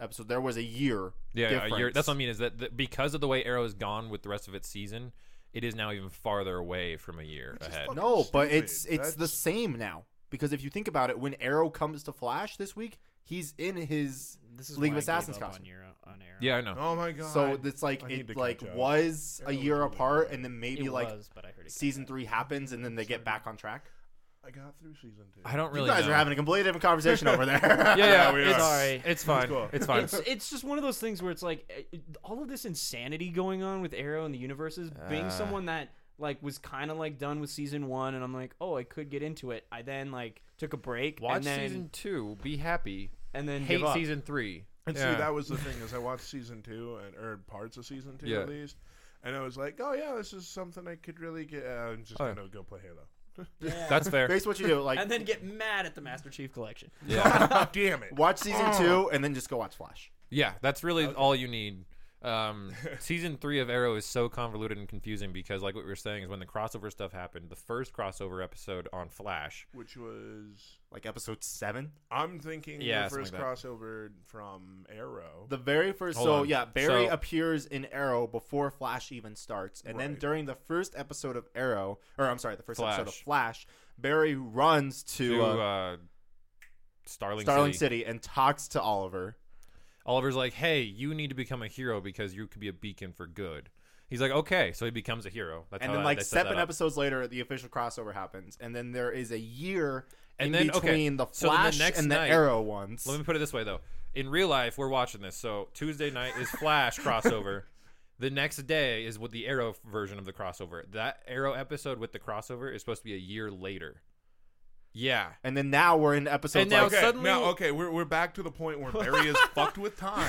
S1: episode, there was a year.
S3: Yeah, a year,
S1: difference.
S3: that's what I mean. Is that the, because of the way Arrow is gone with the rest of its season, it is now even farther away from a year
S2: is
S3: ahead.
S2: fucking-
S1: No, but
S2: Stupid.
S1: it's it's the
S2: That's-
S1: same now because if you think about it, when Arrow comes to Flash this week, he's in his
S4: This is
S1: League of
S4: why I
S1: Assassins
S4: gave up
S1: costume.
S4: on, Euro- on Arrow.
S3: Yeah, I know.
S2: oh my god.
S1: So it's like
S2: I need to
S1: it like
S2: catch up.
S1: was a
S2: Arrow
S1: year
S2: was really
S1: apart,
S2: good.
S1: and then
S4: It
S1: maybe like
S4: was, but I heard it.
S1: season three happens, and then they get back on track.
S2: I got through season two.
S3: I don't really.
S1: you guys
S3: know.
S1: are having a completely different conversation over there.
S3: Yeah, yeah.
S2: Yeah, we
S3: it's,
S2: are.
S4: Sorry.
S3: it's fine.
S2: cool.
S3: It's fine.
S4: It's it's just one of those things where it's like eh, all of this insanity going on with Arrow and the universes. being
S3: Ah.
S4: someone that like was kind of like done with season one, and I'm like, oh, I could get into it. I then like took a break.
S3: Watch
S4: and then,
S3: season two. Be happy.
S4: and then
S3: Hate
S4: give up.
S3: season three.
S2: And
S3: Yeah.
S2: see, that was the thing is I watched season two and or parts of season two
S3: Yeah.
S2: at least, and I was like, oh yeah, this is something I could really get. Uh, I'm just
S3: Oh, yeah.
S2: gonna go play Halo.
S3: That's fair.
S1: Basically, what you do, like
S4: and then get mad at the Master Chief Collection.
S3: yeah,
S2: God damn it!
S1: watch season two, and then just go watch Flash.
S3: yeah. That's really all you need. Um, season three of Arrow is so convoluted and confusing because, like what we were saying, is when the crossover stuff happened. The first crossover episode on Flash.
S2: Which was
S1: Like episode seven,
S2: I'm thinking
S3: Yeah,
S2: the
S3: something
S2: first
S3: like that.
S2: crossover from Arrow.
S1: the very first.
S3: Hold
S1: so
S3: on.
S1: yeah, Barry
S3: So-
S1: appears in Arrow before Flash even starts, and then
S2: Right.
S1: during the first episode of Arrow, or I'm sorry, the first episode of
S3: Flash.
S1: Flash, Barry runs to,
S3: To
S1: uh,
S3: uh, Starling,
S1: Starling
S3: City.
S1: City and talks to Oliver.
S3: Oliver's like, "Hey, you need to become a hero because you could be a beacon for good." He's like, "Okay," so he becomes a hero. That's
S1: and
S3: how
S1: then
S3: that-
S1: like
S3: they Oh, set
S1: seven
S3: that up.
S1: episodes later, the official crossover happens, and then there is a year
S3: And
S1: in
S3: then, okay,
S1: between the
S3: so then the
S1: Flash
S3: next
S1: and the
S3: night-
S1: Arrow ones.
S3: Let me put it this way though: in real life, we're watching this. So Tuesday night is Flash crossover. The next day is what the Arrow version of the crossover. That Arrow episode with the crossover is supposed to be a year later. Yeah,
S1: and then now we're in episode
S3: And now
S1: like,
S2: okay,
S3: suddenly-
S2: now okay, we're we're back to the point where Barry is fucked with time.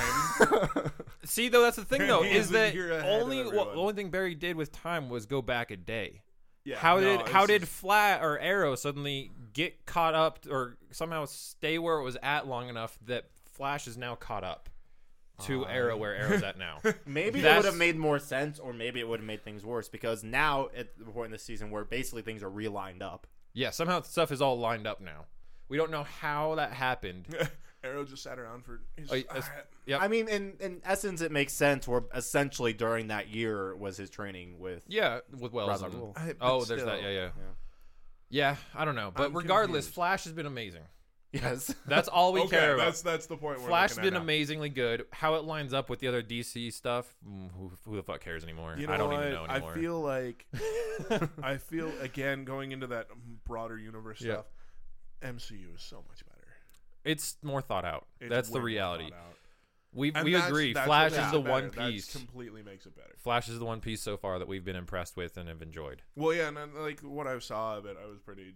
S3: See, though, that's the thing, though,
S2: He
S3: is
S2: is a
S3: that
S2: year ahead of
S3: only well,
S2: everyone.
S3: the only thing Barry did with time was go back a day.
S2: Yeah,
S3: how
S2: no,
S3: did
S2: it's
S3: how did
S2: just-
S3: Flat or Arrow suddenly get caught up or somehow stay where it was at long enough that Flash is now caught up to Arrow where Arrow's at now?
S1: Maybe it
S3: That's-
S1: would have made more sense, or maybe it would have made things worse because now at the point in the season where basically things are relined up.
S3: yeah, somehow stuff is all lined up now. We don't know how that happened.
S2: Arrow just sat around for? He's,
S3: Oh, yes.
S2: "Alright."
S3: Yep.
S1: I mean, in in essence, it makes sense. Where essentially during that year was his training with.
S3: yeah, with Wells.
S1: Ra's al
S3: and-
S1: Ghul.
S2: I- but
S3: oh, there's
S2: still,
S3: that. Yeah, yeah,
S1: Yeah.
S3: yeah. I don't know, but
S2: I'm
S3: regardless,
S2: confused.
S3: Flash has been amazing.
S1: Yes.
S3: That's all we
S2: okay,
S3: care about.
S2: that's that's the point. We're
S3: Flash's
S2: looking at
S3: been
S2: now.
S3: amazingly good. How it lines up with the other DC stuff, mm, who, who the fuck cares anymore?
S2: You know
S3: I don't
S2: what?
S3: even know anymore.
S2: I feel like I feel again going into that broader universe
S3: Yeah.
S2: stuff. MCU is so much better.
S3: it's more thought out.
S2: It's
S3: that's
S2: way
S3: the
S2: more
S3: reality.
S2: thought out.
S3: We
S2: And
S3: we
S2: that's-
S3: agree.
S2: that's
S3: Flash
S2: what makes
S3: is the
S2: it better.
S3: one
S2: That's
S3: piece.
S2: completely makes it better.
S3: Flash is the one piece so far that we've been impressed with and have enjoyed.
S2: Well, yeah, and then, like what I saw of it, I was pretty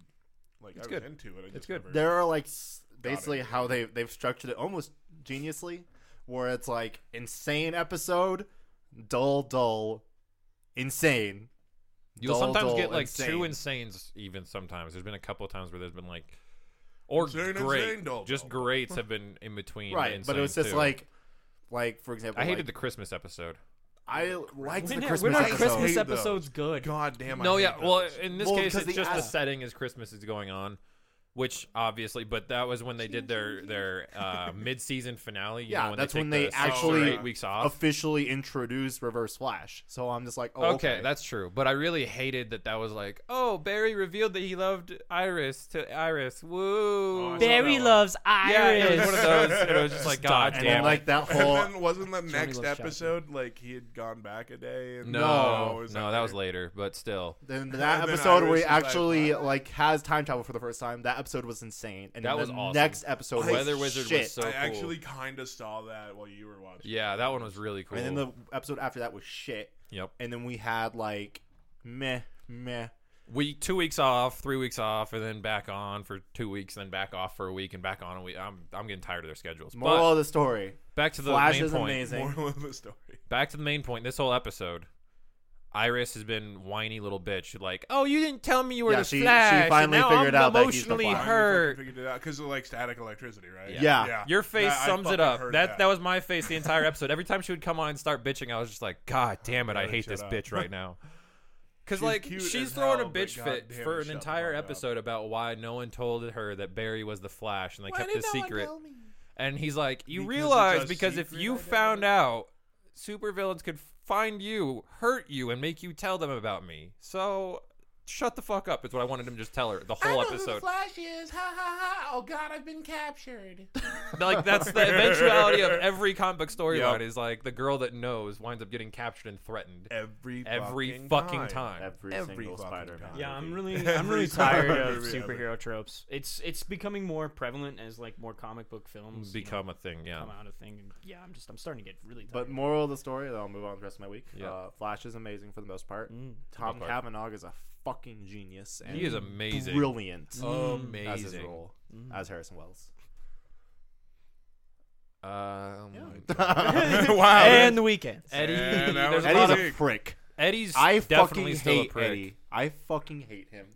S2: like I was
S3: good.
S2: into it. I just
S3: good.
S2: Never,
S1: There are like s- basically how they they've structured it almost geniusly, where it's like insane episode, dull, dull, insane.
S3: You'll
S1: dull,
S3: sometimes
S1: dull,
S3: get like two
S1: insane.
S3: insanes. Even sometimes there's been a couple times where there's been like, or
S2: Insane,
S3: great,
S2: insane, dull,
S3: just
S2: dull.
S3: greats have been in between. the
S1: right, but it was
S3: insane,
S1: just
S3: too.
S1: like, like for example,
S3: I hated
S1: like,
S3: the Christmas episode.
S1: I liked
S4: When
S1: the
S4: are-
S1: Christmas
S4: when are
S1: episode.
S4: Christmas
S2: Hate those.
S4: episodes good?
S2: God damn. I
S3: No,
S2: hate
S3: yeah. Well,
S2: those.
S3: in this
S1: Well,
S3: case,
S1: 'cause
S3: it's
S1: the
S3: just the
S1: ad-
S3: setting is Christmas is going on, which obviously, but that was when they did their their uh, mid season finale. You
S1: Yeah,
S3: know, when
S1: that's
S3: they take
S1: when they
S3: the six or
S1: actually
S3: eight weeks off.
S1: officially introduced Reverse Flash. So I'm just like, oh,
S3: okay, that's true. But I really hated that. That was like, oh, Barry revealed that he loved Iris to Iris.
S2: Oh,
S3: Woo.
S2: I saw that one.
S3: yeah, it was one of those. It was just like,
S1: Stop.
S3: god
S1: and
S3: damn.
S1: then,
S3: it.
S1: like that
S2: And
S1: whole
S2: then wasn't the next
S4: loves shopping.
S2: episode like he had gone back a day? And
S3: no,
S2: is
S3: no, that was
S2: right?
S3: later. But still,
S1: Then that
S2: And then
S1: episode where he
S2: Iris is like,
S1: actually
S2: "What?"
S1: like has time travel for the first time. That episode was insane, and
S3: That
S1: then
S3: was
S1: the
S3: awesome.
S1: next episode, was
S3: Weather Wizard
S1: shit.
S3: was so
S2: I
S3: cool.
S2: actually kind of saw that while you were watching.
S3: yeah, that one was really cool.
S1: and then the episode after that was shit,
S3: yep.
S1: and then we had like meh, meh.
S3: we two weeks off, three weeks off, and then back on for two weeks, and then back off for a week, and back on a week. I'm I'm getting tired of their schedules.
S1: Moral
S3: But
S1: of the story:
S3: back to the
S1: Flash
S3: main
S1: is
S3: point.
S1: amazing.
S2: Moral of the story.
S3: Back to the main point. This whole episode, Iris has been whiny little bitch. Like, oh, you didn't tell me you were
S1: Yeah,
S3: the
S1: she- she
S3: Flash. and
S1: finally
S3: now
S1: figured
S3: I'm
S1: out that he's the
S3: emotionally
S1: Flash."
S3: hurt.
S2: Figured it out because of like static electricity, right?
S3: Yeah.
S1: Yeah.
S3: Your face
S2: Nah, I
S3: sums it
S2: fucking
S3: up. That,
S2: heard
S3: that was my face the entire episode. Every time she would come on and start bitching, I was just like, God damn it, I
S2: Really
S3: hate
S2: shut
S3: this
S2: up.
S3: bitch right now. Because
S2: She's
S3: like
S2: cute
S3: she's
S2: as
S3: throwing
S2: hell,
S3: a
S2: but
S3: bitch fit
S2: goddamn,
S3: for
S2: shut
S3: an
S2: the
S3: entire
S2: fuck up.
S3: episode about why no one told her that Barry was the Flash, and they kept this secret. And he's like, you
S2: Because it's
S3: realize
S2: a
S3: because if
S2: secret
S3: you
S2: identity."
S3: found out, supervillains could find you, hurt you, and make you tell them about me. So shut the fuck up is what I wanted him to just tell her the whole episode.
S2: Flash is. Ha ha ha! Oh God, I've been captured.
S3: like that's the eventuality of every comic book storyline
S2: Yep.
S3: is like the girl that knows winds up getting captured and threatened
S2: Every
S3: every
S2: fucking,
S3: fucking time.
S1: Every,
S2: Every
S1: single
S2: fucking
S1: Spider-Man.
S2: time.
S4: Yeah, I'm
S1: movie.
S4: really, I'm really
S2: Every time.
S4: tired of
S2: Every other.
S4: superhero tropes. It's it's becoming more prevalent as like more comic book films you know,
S3: Become a thing, yeah.
S4: come out of thing. And yeah, I'm just, I'm starting to get really tired.
S1: But moral of the story, then I'll move on to the rest of my week.
S3: Yeah.
S1: Uh, Flash is amazing for the most part.
S4: Mm.
S1: Tom
S3: part.
S1: Cavanaugh is a fucking genius. And
S3: He is amazing. Mm.
S1: brilliant
S3: Amazing. Mm.
S1: as his role as Harrison Wells.
S3: Um,
S2: wow.
S4: and the weekend.
S3: Eddie,
S2: And that
S3: there's
S2: was
S3: a lot
S1: Eddie's
S3: of,
S1: a prick.
S3: Eddie's
S1: I fucking
S3: definitely still a
S1: hate
S3: prick.
S1: Eddie. I fucking hate him.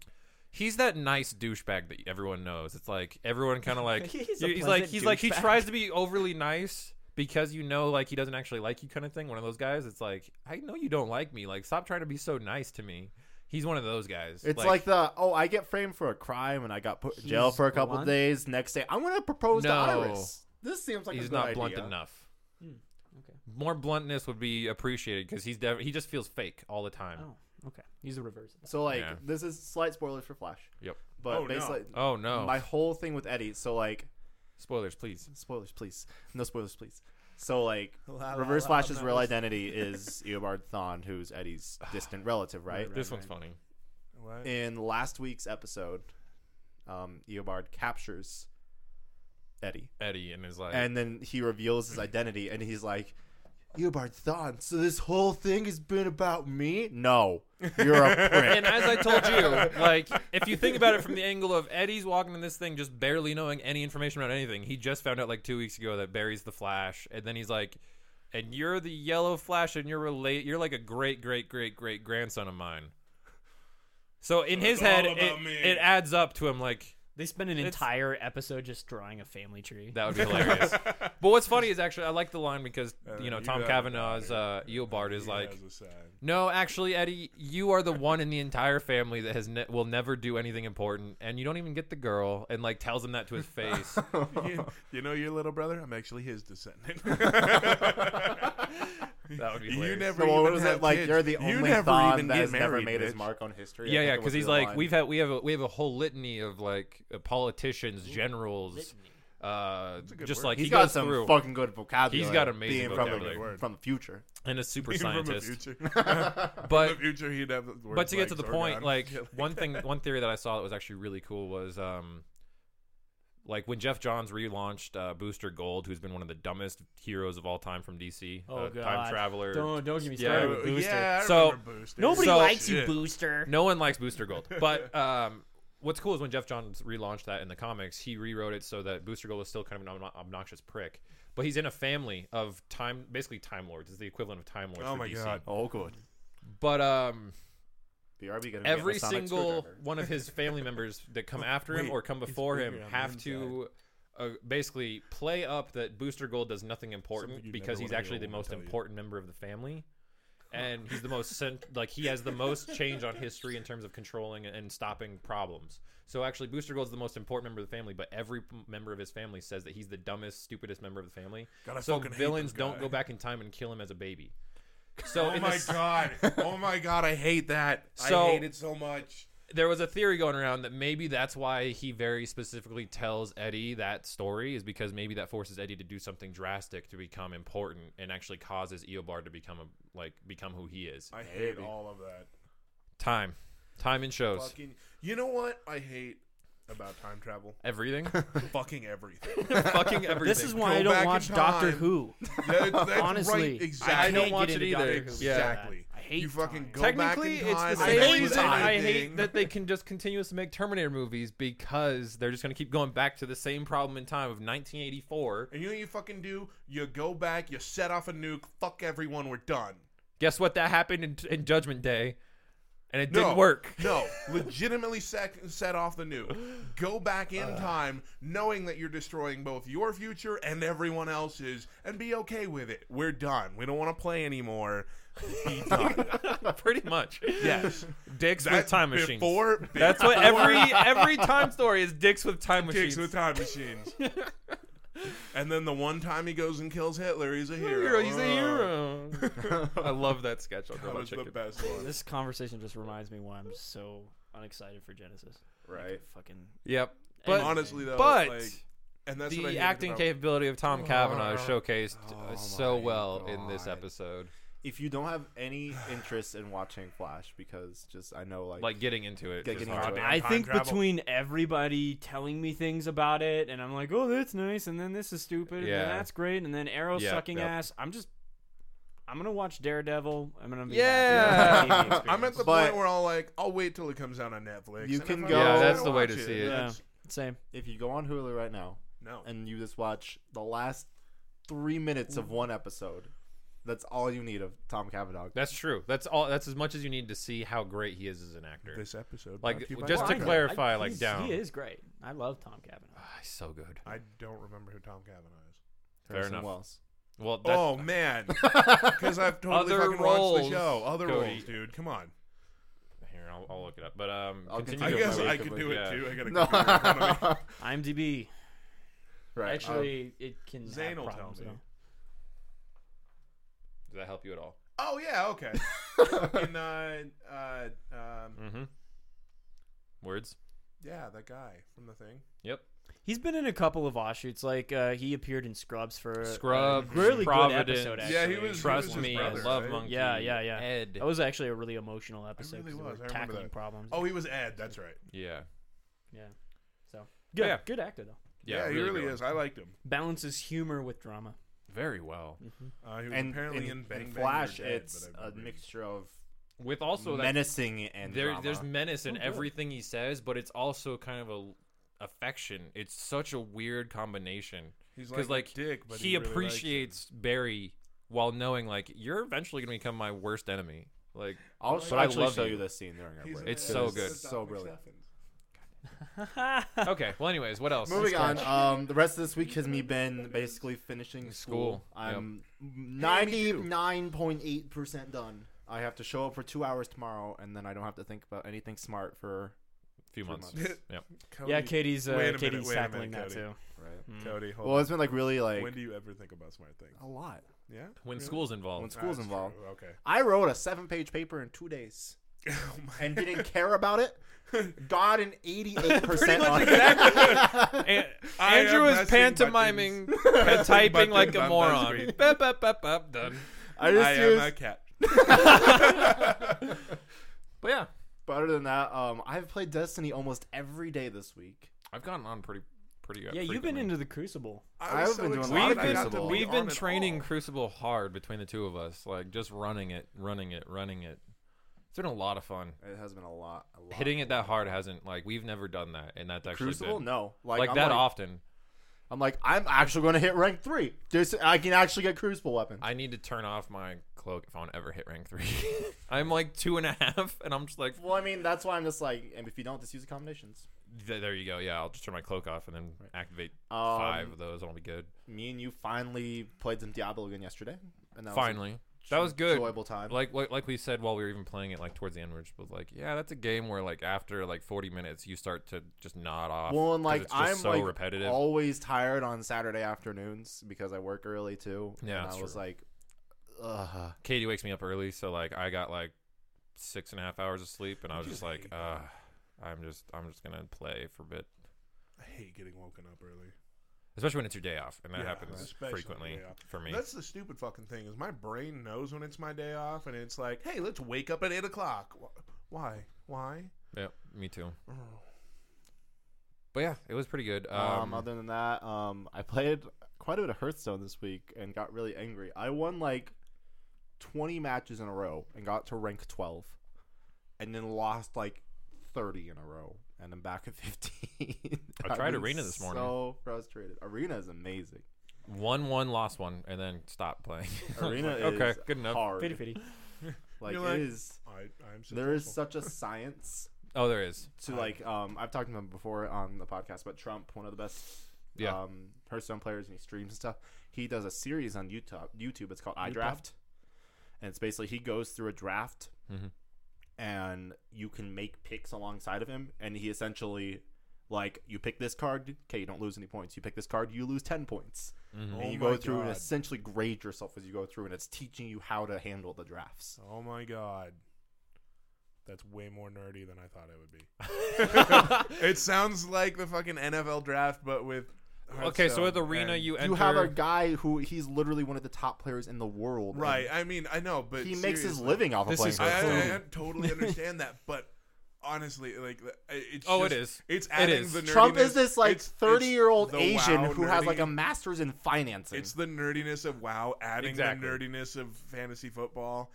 S3: He's that nice douchebag that everyone knows. It's like everyone kind of like
S4: He's
S3: he's,
S4: a
S3: like
S4: pleasant
S3: he's like he
S4: douchebag.
S3: tries to be overly nice because you know like he doesn't actually like you kind of thing. One of those guys. It's like I know you don't like me. Like stop trying to be so nice to me. He's one of those guys.
S1: It's like, the oh, I get framed for a crime and I got put in jail
S4: He's
S1: for a couple
S4: blunt?
S1: days. Next day, I'm gonna propose
S3: No.
S1: to Iris. This seems like a
S3: he's
S1: good
S3: not blunt
S1: idea.
S3: enough.
S4: Hmm, okay.
S3: More bluntness would be appreciated because he's def- he just feels fake all the time.
S4: Oh, okay. He's the reverse. of that.
S1: So like,
S3: Yeah.
S1: this is slight spoilers for Flash,
S3: Yep.
S1: but
S2: Oh, no.
S1: basically,
S3: Oh no.
S1: my whole thing with Eddie. So like,
S3: Spoilers, please.
S1: spoilers, please. No spoilers, please. So like,
S2: La, la,
S1: Reverse
S2: la,
S1: Flash's
S2: la,
S1: real
S2: la.
S1: identity is Eobard Thawne, who's Eddie's distant relative, right?
S3: this one's funny.
S2: What?
S1: In last week's episode, um, Eobard captures Eddie.
S3: Eddie and is like
S1: and then he reveals his identity and he's like Eobard Thawne, so this whole thing has been about me? No. You're a prick.
S3: and as I told you, like if you think about it from the angle of Eddie's walking in this thing just barely knowing any information about anything, he just found out like two weeks ago that Barry's the Flash, and then he's like, "And you're the Yellow Flash, and you're relate, you're like a great, great, great, great grandson of mine." So in
S2: So
S3: his
S2: it's all
S3: head,
S2: about
S3: it,
S2: me.
S3: it adds up to him like
S4: They spend an
S3: It's-
S4: entire episode just drawing a family tree.
S3: that would be hilarious. but what's funny is actually I like the line because you know
S2: Uh, you
S3: Tom
S2: have a
S3: Cavanaugh's uh, Eobard is
S2: He
S3: like.
S2: has a sign.
S3: No, actually, Eddie, you are the one in the entire family that has ne- will never do anything important, and you don't even get the girl. And like tells him that to his face.
S2: you, you know your little brother? I'm actually his descendant.
S3: that would be
S2: you
S3: hilarious.
S2: never
S1: So what
S2: even
S1: was
S2: have
S1: it like?
S2: kids.
S1: You're the
S2: You
S1: only
S2: never
S1: Thawne
S2: even
S1: that
S2: get
S1: has never
S2: married,
S1: made his
S2: bitch.
S1: mark on history. I
S3: yeah,
S1: think
S3: yeah,
S1: it was
S3: because he's
S1: the
S3: like
S1: line.
S3: we've had we have a, we have a whole litany of like uh, politicians, generals, uh,
S2: a good
S3: just
S2: word.
S3: like
S1: he's
S3: he
S1: got
S3: goes
S1: some
S3: through
S1: fucking good vocabulary.
S3: He's got amazing
S1: being
S3: vocabulary.
S1: From the, from the future.
S3: and a super
S2: Even from the
S3: scientist.
S2: future.
S3: But
S2: From the future, he'd have. words
S3: but to get
S2: like
S3: to the
S2: Zorgon.
S3: point, like
S2: Yeah.
S3: one thing, one theory that I saw that was actually really cool was, um, like when Jeff Johns relaunched uh, Booster Gold, who's been one of the dumbest heroes of all time from DC,
S4: Oh
S3: uh,
S4: god.
S3: time traveler.
S4: Don't don't get me
S3: Yeah.
S4: started
S2: Oh,
S4: with Booster.
S2: Yeah, I
S3: So-
S2: remember Booster.
S4: Nobody
S3: So-
S4: likes you,
S2: Shit.
S4: Booster.
S3: No one likes Booster Gold, but um, what's cool is when Jeff Johns relaunched that in the comics, he rewrote it so that Booster Gold is still kind of an obno- obnoxious prick, but he's in a family of time, basically Time Lords. is the equivalent of Time Lords.
S2: Oh
S3: for
S2: my
S3: DC.
S2: God.
S1: Oh, good.
S3: But um,
S1: BRB gonna
S3: every
S1: get the sonic
S3: single
S1: screwdriver.
S3: one of his family members that come after him
S2: Wait,
S3: or come
S2: it's
S3: before him
S2: bigger on the
S3: have to uh, basically play up that Booster Gold does nothing
S2: Something
S3: important
S2: you'd
S3: because
S2: never
S3: he's
S2: wanna
S3: actually
S2: hear
S3: the
S2: a woman
S3: most
S2: tell you.
S3: important member of the family. And he's the most cent- like he has the most change on history in terms of controlling and stopping problems. So actually, Booster Gold's the most important member of the family, but every p- member of his family says that he's the dumbest, stupidest member of the family.
S2: God, I
S3: so
S2: fucking hate this
S3: villains don't
S2: guy.
S3: go back in time and kill him as a baby. So
S2: Oh
S3: in
S2: my
S3: this-
S2: god! Oh my god! I hate that.
S3: So-
S2: I hate it so much.
S3: there was a theory going around that maybe that's why he very specifically tells Eddie that story is because maybe that forces Eddie to do something drastic to become important and actually causes Eobard to become a, like become who he is.
S2: I hate
S1: Maybe.
S2: all of that.
S3: Time, time in shows,
S2: Fucking. You know what I hate about time travel?
S3: everything,
S2: fucking everything.
S3: fucking everything.
S4: This is why
S2: Go back
S4: I don't
S2: in
S4: watch Doctor
S2: time.
S4: Who.
S2: That- that's right,
S4: Honestly,
S2: exactly.
S3: I don't
S4: can't
S3: watch
S4: get
S3: it
S4: into Doctor
S3: either.
S4: Who.
S3: Yeah.
S2: Exactly.
S4: I hate
S2: you fucking
S4: time.
S2: go
S3: Technically,
S2: back in
S3: it's
S2: time.
S3: the
S2: I
S3: same
S2: hate
S4: hate
S3: reason
S4: time.
S3: I
S2: everything.
S3: hate that they can just continuously make Terminator movies because they're just going to keep going back to the same problem in time of 1984.
S2: And you know what you fucking do? You go back, you set off a nuke, fuck everyone, we're done.
S3: Guess what? That happened in, in Judgment Day, and it
S2: No.
S3: didn't work.
S2: No, legitimately sec- set off the nuke. Go back in time knowing that you're destroying both your future and everyone else's and be okay with it. We're done. We don't want to play anymore. Be done.
S3: Pretty much.
S2: yes.
S3: Dicks
S2: That
S3: with time machines.
S2: Before,
S3: That's what every every time story is. Dicks with time machines.
S2: Kicks with time machines. and then the one time he goes and kills Hitler, he's a hero.
S3: hero. He's a
S2: Oh,
S3: hero. I love that sketch. I'll
S2: That
S3: go
S2: was
S3: check
S2: the
S3: it.
S2: best one.
S4: This conversation just reminds me why I'm so unexcited for Genesis.
S1: right.
S4: Fucking
S3: Yep.
S2: And
S3: But
S2: honestly, though,
S3: but
S2: like, and that's what I
S3: the
S2: hated
S3: acting
S2: about-
S3: capability of Tom Cavanaugh is showcased
S1: Oh
S3: uh, so
S1: my
S3: well in this
S1: God.
S3: episode.
S1: If you don't have any interest in watching Flash, because just I know like,
S3: Like getting into it.
S1: Get-
S3: just
S1: getting
S3: hard.
S1: into it.
S4: I
S2: time
S4: think
S2: travel.
S4: between everybody telling me things about it, and I'm like, oh, that's nice, and then this is stupid, and
S3: Yeah.
S4: then that's great, and then Arrow
S3: Yep,
S4: sucking
S3: yep.
S4: ass. I'm just, I'm gonna watch Daredevil. I'm gonna be
S3: Yeah.
S4: happy. with the TV
S2: I'm at
S4: experience.
S2: the
S1: But-
S2: point where I'll like I'll wait till it comes out on Netflix.
S1: You
S2: and
S1: can
S2: if I
S1: go-
S2: want
S1: Yeah,
S2: to
S1: that's
S3: the way to
S2: watch
S3: see it.
S4: yeah,
S2: that's-
S4: same.
S1: if you go on Hulu right now
S2: No.
S1: and you just watch the last three minutes of one episode, that's all you need of Tom Cavanaugh.
S3: That's true. That's all. That's as much as you need to see how great he is as an actor.
S2: This episode,
S3: Like,
S2: brought to you by
S3: just to
S2: Minecraft.
S3: clar- clarify, like,
S4: he's-
S3: down.
S4: He is great. I love Tom Cavanaugh.
S3: Ah, he's so good.
S2: I don't remember who Tom Cavanaugh is.
S3: Fair enough.
S1: Wells.
S3: Well, that's,
S2: oh man, because I've totally
S3: Other
S2: fucking watched
S3: roles,
S2: the show. Other
S3: Cody.
S2: roles, dude. Come on.
S3: here I'll, I'll look it up. But um,
S1: I'll
S3: continue
S2: I
S1: You
S3: with
S1: go
S2: guess
S1: by
S3: my-
S2: I
S1: Jacob,
S2: could
S1: but
S2: do it
S3: yeah.
S2: too. I got a
S1: No.
S2: computer in front of me.
S4: IMDb.
S1: right.
S4: Actually, it can
S2: Zane
S4: have
S2: um, will tell
S4: problems.
S2: me.
S4: though.
S3: Does that help you at all?
S2: Oh yeah, okay.
S1: Um,
S2: Fucking, uh, uh, um,
S3: Mm-hmm. Words.
S2: yeah, that guy from the thing.
S3: Yep.
S4: He's been in a couple of offshoots. Like uh, he appeared in Scrubs for
S3: Scrubs,
S4: a really
S3: Providence.
S4: good episode. Actually.
S2: Yeah, he was-
S3: Trust
S2: his
S3: me,
S2: brother,
S3: I love
S2: right?
S3: monkey.
S4: Yeah, yeah, yeah.
S3: Ed.
S4: That was actually a really emotional episode.
S2: really
S4: 'cause we
S2: was.
S4: were
S2: I remember
S4: tackling
S2: that.
S4: problems.
S2: Oh, he was Ed. That's right.
S3: yeah,
S4: yeah. So good,
S3: Yeah.
S4: good actor though.
S3: yeah.
S2: he really
S3: good.
S2: is. I liked him.
S4: Balances humor with drama.
S3: very well.
S2: Uh, he was
S1: And
S2: apparently
S1: in,
S2: in Bang
S1: in
S2: Bang
S1: Flash,
S2: You're Dead,
S1: it's
S2: but I've
S1: a
S2: never-
S1: mixture of
S3: With also that
S1: menacing and
S3: there,
S1: drama.
S3: there's menace in
S4: Oh, good.
S3: everything he says, but it's also kind of a affection. It's such a weird combination
S2: He's
S3: because
S2: like,
S3: like,
S2: a dick, but
S3: he,
S2: he really likes
S3: appreciates Barry while knowing like you're eventually gonna become my worst enemy. Like
S1: I'll
S3: but
S1: actually
S3: I love
S1: show
S3: you.
S1: you this scene during our
S2: He's
S1: break.
S2: a-
S3: It's so
S1: It is
S3: good.
S1: So brilliant.
S3: okay, well, anyways, what else?
S1: Moving on. Um, the rest of this week has me been basically finishing school.
S3: School,
S1: I'm ninety nine point eight percent done. I have to show up for two hours tomorrow, and then I don't have to think about anything smart for
S3: a few months.
S2: months.
S3: yep.
S2: Cody,
S4: yeah, Katie's uh,
S2: Oh, Wait a minute,
S4: Katie's
S2: wait a minute,
S4: tackling that
S2: Cody.
S4: too.
S1: right.
S2: Cody, hold
S1: Well,
S2: on.
S1: it's been like really like
S2: when do you ever think about smart things?
S1: a lot
S2: Yeah,
S3: When
S2: Really?
S3: school's
S1: when
S3: involved,
S1: school's
S2: That's
S1: involved.
S2: true, Okay.
S1: I wrote a seven page paper in two days
S2: Oh my-
S1: and didn't care about it. Got an eighty eight
S3: Pretty
S1: percent
S3: much
S1: on it.
S3: exactly. An-
S2: I am
S3: Andrew is
S2: pressing
S3: pantomiming,
S2: Pressing
S3: and typing
S2: buttons
S3: like a
S2: on
S3: moron.
S2: BuzzFeed.
S3: Bap, bap, bap, bap, done.
S1: I
S2: I
S1: just
S2: am
S1: used
S2: a cat.
S3: But yeah,
S1: But other than that, um, I've played Destiny almost every day this week.
S3: I've gotten on pretty, pretty.
S4: Yeah, you've been into the Crucible.
S2: I was
S1: I've been doing a lot
S2: excited
S1: of
S2: I got
S3: We've
S1: things
S3: been,
S2: to
S1: about
S2: be
S1: it.
S3: we've
S2: on
S3: been
S2: it all.
S3: training Crucible hard between the two of us, like just running it, running it, running it. It's been a lot of fun.
S1: It has been a lot. A lot
S3: Hitting it that hard hasn't like we've never done that, and that's actually
S1: Crucible?
S3: good.
S1: No, like,
S3: like,
S1: I'm
S3: that
S1: like,
S3: often.
S1: I'm like I'm actually going to hit rank three. Just I can actually get Crucible weapons.
S3: I need to turn off my cloak if I want to ever hit rank three. I'm like two and a half, and I'm just like,
S1: well, I mean that's why I'm just like, and if you don't, just use the combinations.
S3: "Th- there you go. Yeah, I'll just turn my cloak off and then activate
S1: Um,
S3: five of those, and I'll be good.
S1: Me and you finally played some Diablo again yesterday, and that
S3: Finally,
S1: was a
S3: that was good.
S1: enjoyable time.
S3: Like, like like we said while we were even playing it, like towards the end, we were just both like, yeah, that's a game where like after like 40 minutes, you start to just nod off.
S1: Well, and
S3: 'cause
S1: like
S3: it's just
S1: I'm
S3: so
S1: like
S3: repetitive.
S1: always tired on Saturday afternoons because I work early too.
S3: Yeah,
S1: and I
S3: that's
S1: was
S3: true.
S1: like, ugh.
S3: Katie wakes me up early, so like I got like six and a half hours of sleep, and I was just like, uh, I'm just I'm just gonna play for a bit,
S2: I hate getting woken up early.
S3: especially when it's your day off, and that
S2: Yeah,
S3: happens
S2: especially
S3: frequently
S2: day off.
S3: for me.
S2: That's the stupid fucking thing is my brain knows when it's my day off, and it's like, hey, let's wake up at eight o'clock. Wh- Why? Why?
S3: yeah, me too.
S2: Oh.
S3: But yeah, it was pretty good.
S1: Um,
S3: Um,
S1: other than that, um, I played quite a bit of Hearthstone this week and got really angry. I won like 20 matches in a row and got to rank 12, and then lost like 30 in a row, and I'm back at 15.
S3: I tried
S1: I've been
S3: Arena this morning.
S1: So frustrated. Arena is amazing.
S3: one one, lost one, and then stopped playing.
S1: Arena
S3: Like, okay,
S1: is
S3: good enough.
S1: hard.
S4: Fitty fitty.
S1: Like,
S2: You're like,
S1: it is.
S2: I, I'm successful.
S1: There is such a science
S3: Oh, there is.
S1: to like um I've talked to him before on the podcast, but Trump, one of the best
S3: Yeah.
S1: um Hearthstone players and he streams and stuff. He does a series on YouTube YouTube. It's called iDraft. And it's basically he goes through a draft
S2: Mm-hmm.
S3: Mhm.
S1: and you can make picks alongside of him and he essentially like you pick this card, okay, you don't lose any points. You pick this card, you lose ten points.
S2: Oh
S1: and you
S2: my
S1: go through and
S2: God.
S1: essentially grade yourself as you go through and it's teaching you how to handle the drafts.
S2: Oh my god. That's way more nerdy than I thought it would be. it sounds like the fucking NFL draft, but with.
S3: Okay, so with
S2: Hearthstone
S3: Arena,
S2: and-
S3: you enter.
S1: um, You have a guy who he's literally one of the top players in the world. and
S2: Right, I mean, I know, but.
S1: he makes his
S2: seriously.
S1: living off of
S3: This
S1: playing
S3: is
S2: I, I,
S1: Hearthstone.
S2: I totally understand that, but honestly, like, the- it's.
S3: Oh, it
S2: just-
S3: is.
S2: It's
S3: It
S2: adding
S3: is.
S2: the nerdiness.
S1: Trump is this like
S2: It's- it's
S1: thirty-year-old
S2: the
S1: Asian
S2: wow
S1: who has like a
S2: nerdy-
S1: master's in financing.
S2: It's the nerdiness of WoW adding
S3: Exactly.
S2: the nerdiness of fantasy football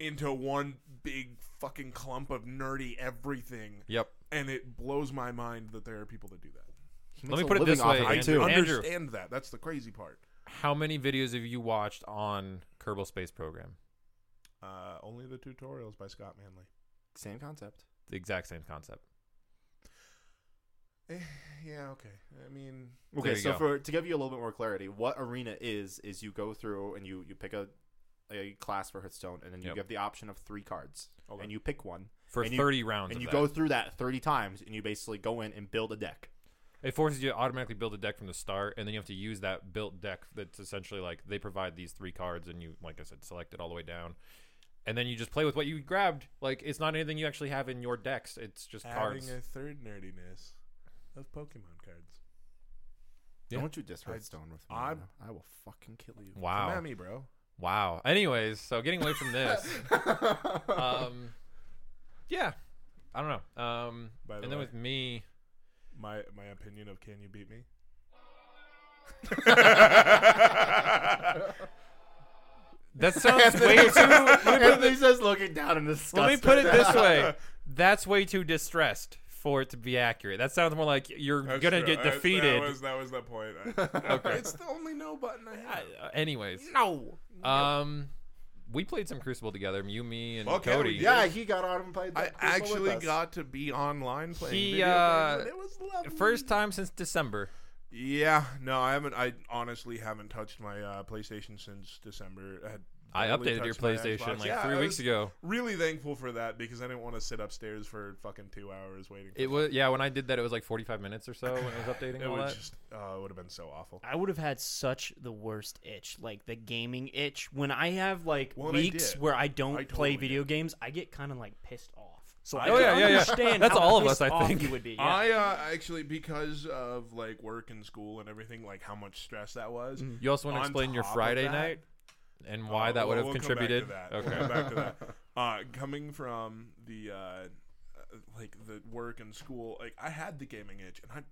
S2: into one big fucking clump of nerdy everything.
S3: Yep.
S2: and it blows my mind that there are people that do that.
S1: He
S3: Let
S1: makes
S3: me
S1: a
S3: put it
S1: living
S3: this
S1: off
S3: way,
S1: of
S2: I
S1: it,
S3: Andrew.
S1: too.
S2: understand that. That's the crazy part.
S3: How many videos have you watched on Kerbal Space Program?
S2: Uh, only the tutorials by Scott Manley.
S1: Same concept.
S3: The exact same concept.
S2: Eh, Yeah, okay. I mean,
S3: There
S1: Okay,
S3: you
S1: so
S3: go.
S1: for to give you a little bit more clarity, what arena is is you go through and you you pick a a class for Hearthstone, and then you
S3: Yep.
S1: get the option of three cards,
S2: Okay.
S1: and you pick one,
S3: for
S1: and you-
S3: 30 rounds.
S1: and
S3: of
S1: you
S3: that.
S1: go through that thirty times, and you basically go in and build a deck.
S3: It forces you to automatically build a deck from the start, and then you have to use that built deck that's essentially like they provide these three cards, and you, like I said, select it all the way down. And then you just play with what you grabbed. Like, it's not anything you actually have in your decks, it's just cards.
S2: adding a third nerdiness of Pokemon cards.
S3: Yeah.
S1: Don't you diss Hearthstone with me?
S2: I'm-
S1: I will fucking kill you.
S2: Come
S3: Wow.
S2: at me, bro.
S3: Wow. Anyways, so getting away from this. um, yeah. I don't know. Um,
S2: By the
S3: and then
S2: way.
S3: with me,
S2: My my opinion of can you beat me?
S3: that sounds way too.
S1: Anthony's just looking down in disgust.
S3: Let me put it this way. That's way too distressed for it to be accurate. That sounds more like you're
S2: That's
S3: gonna
S2: true.
S3: get
S2: I-
S3: defeated.
S2: that was that was the point. I-
S3: Okay.
S2: It's the only no button I have.
S3: Uh, anyways,
S2: No.
S3: um, we played some Crucible together. You, me, and
S2: Fuck yeah,
S3: Cody.
S2: we did.
S1: Yeah, he got on and played.
S2: I
S1: that Crucible with
S2: actually
S1: us.
S2: got to be online playing
S3: He,
S2: video
S3: uh,
S2: games, and it was lovely.
S3: First time since December.
S2: Yeah, no, I haven't. I honestly haven't touched my uh, PlayStation since December. I, had barely
S3: I updated your
S2: touched my
S3: PlayStation
S2: Xbox.
S3: like
S2: Yeah,
S3: three
S2: I
S3: weeks
S2: was
S3: ago.
S2: Really thankful for that because I didn't want to sit upstairs for fucking two hours waiting. For
S3: It was yeah. When I did that, it was like 45 minutes or so when it was updating
S2: it
S3: all
S2: would
S3: that.
S2: just uh, it would have been so awful.
S4: I would have had such the worst itch, like the gaming itch. When I have like
S2: Well, and I
S4: weeks
S2: did.
S4: where I don't
S2: I
S4: play
S2: totally
S4: video games, I get kind of like pissed off. So I
S3: Oh,
S4: can
S3: yeah, yeah, yeah.
S4: understand.
S3: That's
S4: how
S3: all of
S4: pissed
S3: us, I
S4: off
S3: think.
S4: You would be. yeah.
S2: I uh, actually because of like work and school and everything, like how much stress that was.
S3: You also want to
S2: On
S3: explain your
S2: top of
S3: Friday
S2: that-
S3: night and why
S2: Uh,
S3: that would
S2: we'll-
S3: have
S2: we'll come back to
S3: contributed.
S2: that. We'll
S3: Okay.
S2: come back to that. Uh, coming from the uh, uh, like the work and school, like I had the gaming itch, and I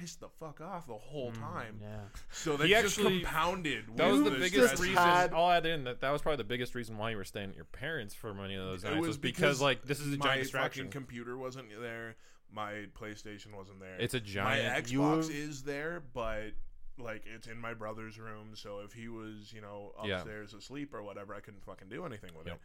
S2: pissed the fuck off the whole time.
S4: Yeah.
S2: So that
S3: He
S2: just
S3: actually-
S2: compounded.
S3: That was
S2: with
S3: the
S2: this
S3: biggest
S2: stress.
S3: reason.
S1: had-
S3: I'll add in that that was probably the biggest reason why you were staying at your parents for many of those
S2: It
S3: nights was,
S2: was
S3: because,
S2: because
S3: like this is a
S2: my
S3: giant distraction.
S2: fucking computer wasn't there. My PlayStation wasn't there.
S3: it's a
S2: my
S3: giant.
S1: you
S2: Xbox
S1: were-
S2: is there, but like it's in my brother's room. So if he was, you know,
S3: Yeah.
S2: upstairs asleep or whatever, I couldn't fucking do anything with
S3: Yep.
S2: it.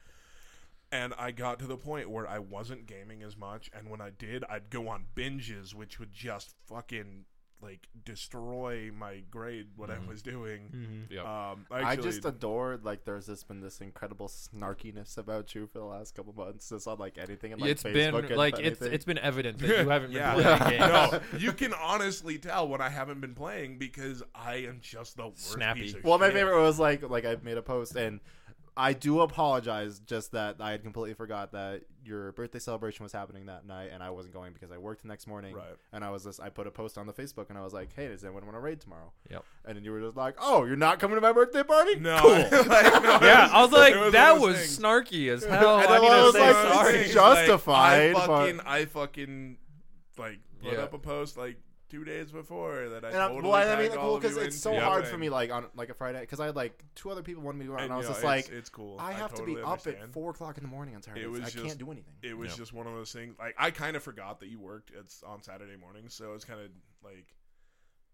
S2: And I got to the point where I wasn't gaming as much, and when I did, I'd go on binges, which would just fucking like destroy my grade what
S3: Mhm.
S2: I was doing.
S4: Mm-hmm.
S3: Yep.
S2: Um,
S1: I
S2: actually-
S1: just adored like there's just been this incredible snarkiness about you for the last couple months. Just on like anything. And, like,
S3: it's
S1: Facebook
S3: been
S1: and
S3: like it's
S1: anything.
S3: it's been evident that you haven't been
S2: Yeah.
S3: playing the game.
S1: Yeah.
S2: no, you can honestly tell when I haven't been playing because I am just the worst
S3: Snappy.
S2: Piece of
S1: Well, my
S2: shit.
S1: favorite was like like I made a post and I do apologize just that I had completely forgot that your birthday celebration was happening that night and I wasn't going because I worked the next morning.
S2: Right.
S1: And I was just I put a post on the Facebook and I was like, "Hey, does anyone want to raid tomorrow?"
S3: Yep.
S1: And then you were just like, "Oh, you're not coming to my birthday party?"
S2: No,
S1: Cool.
S2: Like, no,
S3: Yeah,
S2: it
S3: I was
S2: it
S3: like,
S2: one of
S3: that
S2: those
S3: was
S2: things.
S3: snarky as hell.
S1: And
S3: I
S1: then
S3: need
S1: I
S3: to
S1: was
S3: say
S1: like,
S3: sorry.
S1: it's
S2: It's
S1: justified,
S2: Like, I
S1: but-
S2: fucking, I fucking, like put
S3: Yeah.
S2: up a post like two days before that I
S1: And I,
S2: totally
S1: well, I mean,
S2: tagged
S1: like,
S2: all
S1: well,
S2: of you
S1: because it's
S2: into.
S1: so
S3: Yeah.
S1: hard for me, like on like a Friday, because I had like two other people wanted me to go out, and,
S2: And,
S1: I was
S2: you know,
S1: just
S2: it's-
S1: like,
S2: it's cool.
S1: I have to be
S2: totally
S1: up at
S2: understand.
S1: four o'clock in the morning on Saturdays.
S2: was
S1: I
S2: just-
S1: can't do anything.
S2: It was
S3: Yeah.
S2: just one of those things. Like I kind of forgot that you worked. It's on Saturday mornings, so it's kind of like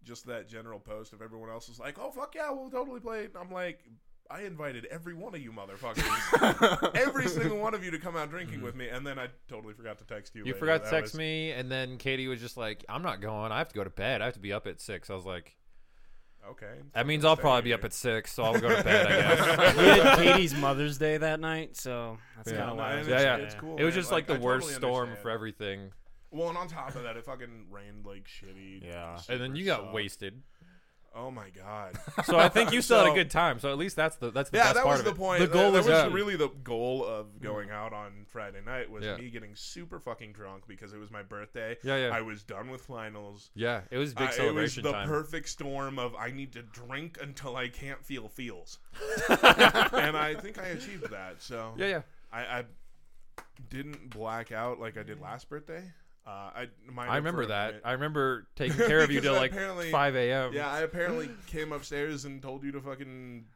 S2: just that general post of everyone else is like, "Oh fuck yeah, we'll totally play." And I'm like, I invited every one of you motherfuckers, every single one of you to come out drinking with me, and then I totally forgot to text you.
S3: You
S2: later.
S3: forgot to
S2: That
S3: text
S2: was-
S3: me, and then Katie was just like, "I'm not going. I have to go to bed. I have to be up at 6. I was like,
S2: Okay,
S3: "That means I'll probably be
S2: you.
S3: up at six, so I'll go to bed." I guess.
S5: we had Katie's Mother's Day that night, so that's
S3: Yeah.
S5: kind of
S2: No,
S5: why. I
S2: and
S5: was
S3: Yeah,
S2: it's,
S3: yeah.
S2: it's cool.
S3: It was
S2: man.
S3: just like, the
S2: I
S3: worst
S2: totally
S3: storm
S2: understand.
S3: for everything,
S2: Well, and on top of that, it fucking rained like shitty.
S1: Yeah.
S3: and then
S2: super
S3: you got
S2: sucked.
S3: wasted.
S2: Oh my god.
S3: So I think you still had a
S2: So-
S3: good time. So at least that's the that's the
S2: yeah,
S3: best
S2: that
S3: part
S2: was
S3: of
S2: the
S3: it.
S2: point.
S3: The
S2: That-
S3: goal
S2: that,
S3: was
S2: was
S3: done.
S2: really the goal of going out on Friday night was
S3: Yeah.
S2: me getting super fucking drunk because it was my birthday.
S3: Yeah, yeah.
S2: I was done with finals.
S3: Yeah, it was a big
S2: I- it was
S3: celebration
S2: the
S3: time.
S2: perfect storm of I need to drink until I can't feel feels, and I think I achieved that. So
S3: yeah, yeah.
S2: I, I didn't black out like I did last birthday. Uh, I might have
S3: I
S2: for
S3: remember
S2: a
S3: that.
S2: minute.
S3: I remember taking care of you till
S2: Because
S3: like
S2: apparently-
S3: 5 a.m.
S2: Yeah, I apparently came upstairs and told you to fucking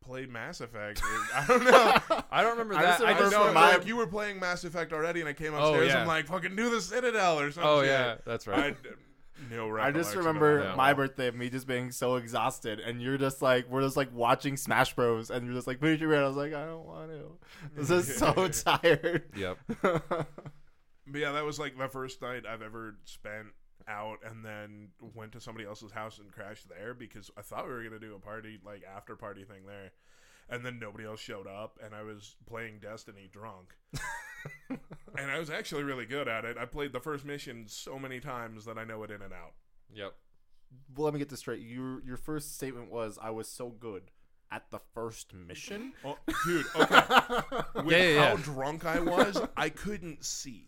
S2: play Mass Effect. I don't know.
S3: I don't remember
S1: I
S3: that.
S1: just
S3: I
S2: I,
S3: just
S1: remember
S2: know
S3: remember.
S1: my-
S2: like you were playing Mass Effect already, and I came
S3: Oh,
S2: upstairs.
S3: yeah.
S2: I'm like, fucking do the Citadel or something.
S3: oh yeah, that's right.
S2: I no
S1: I just
S2: recollection of
S1: remember
S2: that.
S1: my birthday of me just being so exhausted, and you're just like, we're just like watching Smash Bros, and you're just like, put it your bed. I was like, I don't want to. This is so tired.
S3: yep.
S2: But yeah, that was like my first night I've ever spent out, and then went to somebody else's house and crashed there because I thought we were gonna do a party like after party thing there, and then nobody else showed up, and I was playing Destiny drunk. and I was actually really good at it. I played the first mission so many times that I know it in and out.
S3: Yep.
S1: well, let me get this straight. Your your first statement was, I was so good at the first mission.
S2: Oh, dude, okay. With
S3: Yeah, yeah,
S2: how
S3: yeah.
S2: drunk I was, I couldn't see.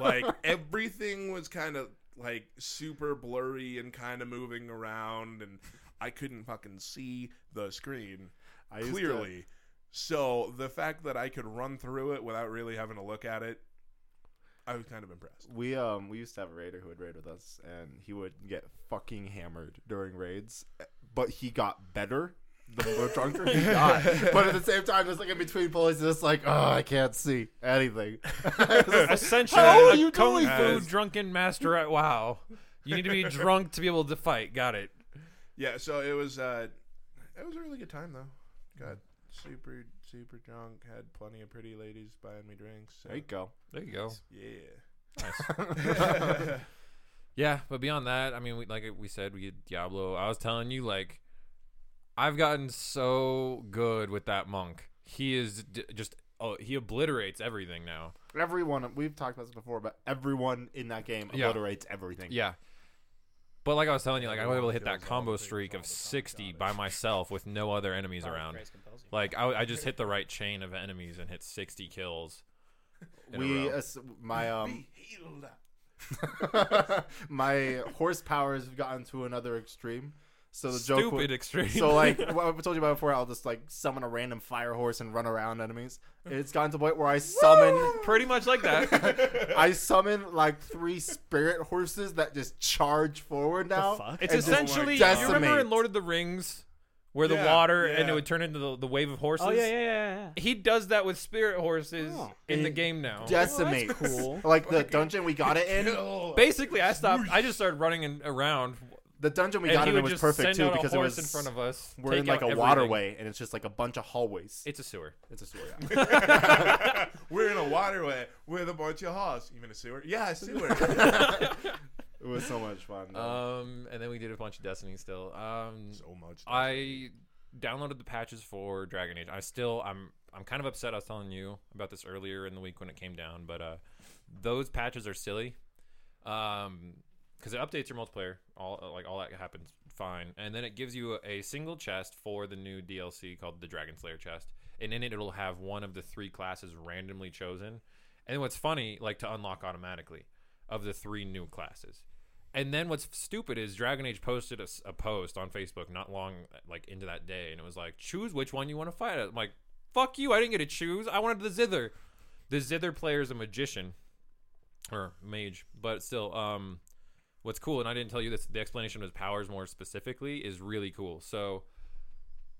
S2: Like everything was kind of like super blurry and kind of moving around, and I couldn't fucking see the screen
S1: I used to-
S2: clearly. So the fact that I could run through it without really having to look at it, I was kind of impressed.
S1: we um we used to have a raider who would raid with us, and he would get fucking hammered during raids, eh, but he got better. The more drunker he got, but at the same time, just like in between pulleys, just like, oh, I can't see anything.
S3: Essentially,
S1: How are
S3: a
S1: you
S3: kung
S1: doing
S3: fu
S2: this?
S3: drunken master at WoW. You need to be drunk to be able to fight. Got it.
S2: Yeah, so it was uh it was a really good time though. Got super super drunk, had plenty of pretty ladies buying me drinks. so,
S1: There you go.
S3: There you go.
S2: yeah.
S3: Yeah, but beyond that, I mean, we, like we said, we did Diablo. I was telling you, like, I've gotten so good with that monk. He is d- just oh, he obliterates everything now.
S1: Everyone we've talked about this before, but everyone in that game
S3: Yeah.
S1: obliterates everything.
S3: Yeah. But like I was telling you, like I was
S2: Everyone
S3: able to hit
S2: kills
S3: that
S2: all
S3: combo
S2: the things
S3: streak
S2: all
S3: of
S2: the time,
S3: 60
S2: got
S3: by
S2: it.
S3: myself with no other enemies around. Like I, I just hit the right chain of enemies and hit 60 kills. in a
S1: we
S3: row.
S1: ass- my um
S2: Be healed.
S1: my horsepowers have gotten to another extreme. So the joke.
S3: Stupid
S1: wa-
S3: extreme.
S1: So like what I told you about before, I'll just like summon a random fire horse and run around enemies. It's gotten to the point where I summon
S3: pretty much like that.
S1: I summon like three spirit horses that just charge forward now.
S5: fuck?
S3: It's
S1: and just
S3: essentially you remember
S1: decimate.
S3: in Lord of the Rings where the
S2: Yeah,
S3: water and it
S2: yeah.
S3: would turn into the, the wave of horses.
S4: Oh yeah, yeah, yeah, yeah.
S3: He does that with spirit horses
S5: Oh.
S3: in the Oh,
S1: It
S3: game now.
S1: decimates.
S4: cool.
S1: Like the dungeon we got it in.
S2: Kill.
S3: Basically, I stopped. I just started running in, around,
S1: The dungeon we
S3: and
S1: got it in
S3: he would
S1: was
S3: just
S1: perfect
S3: send
S1: too
S3: out
S1: because
S3: a
S1: it
S3: horse
S1: was
S3: in front of us.
S1: we're in
S3: take
S1: like a
S3: out everything.
S1: waterway and it's just like a bunch of hallways.
S3: It's a sewer.
S1: it's a sewer.
S2: We're in a waterway with a bunch of hoss. You mean a sewer? Yeah, a sewer.
S1: it was so much fun. though.
S3: Um, and then we did a bunch of Destiny still. Um,
S2: so much.
S3: I downloaded the patches for Dragon Age. I still I'm I'm kind of upset. I was telling you about this earlier in the week when it came down, but uh, those patches are silly. Um, because it updates your multiplayer, all like all that happens fine, and then it gives you a, a single chest for the new DLC called the Dragon Slayer chest, and in it it'll have one of the three classes randomly chosen, and what's funny like to unlock automatically of the three new classes. And then what's stupid is Dragon Age posted a, s- a post on Facebook not long like into that day, and it was like, choose which one you want to fight. I'm like, fuck you! I didn't get to choose. I wanted the zither. The zither player is a magician or mage, but still, um, what's cool, and I didn't tell you this. The explanation of his powers more specifically is really cool. So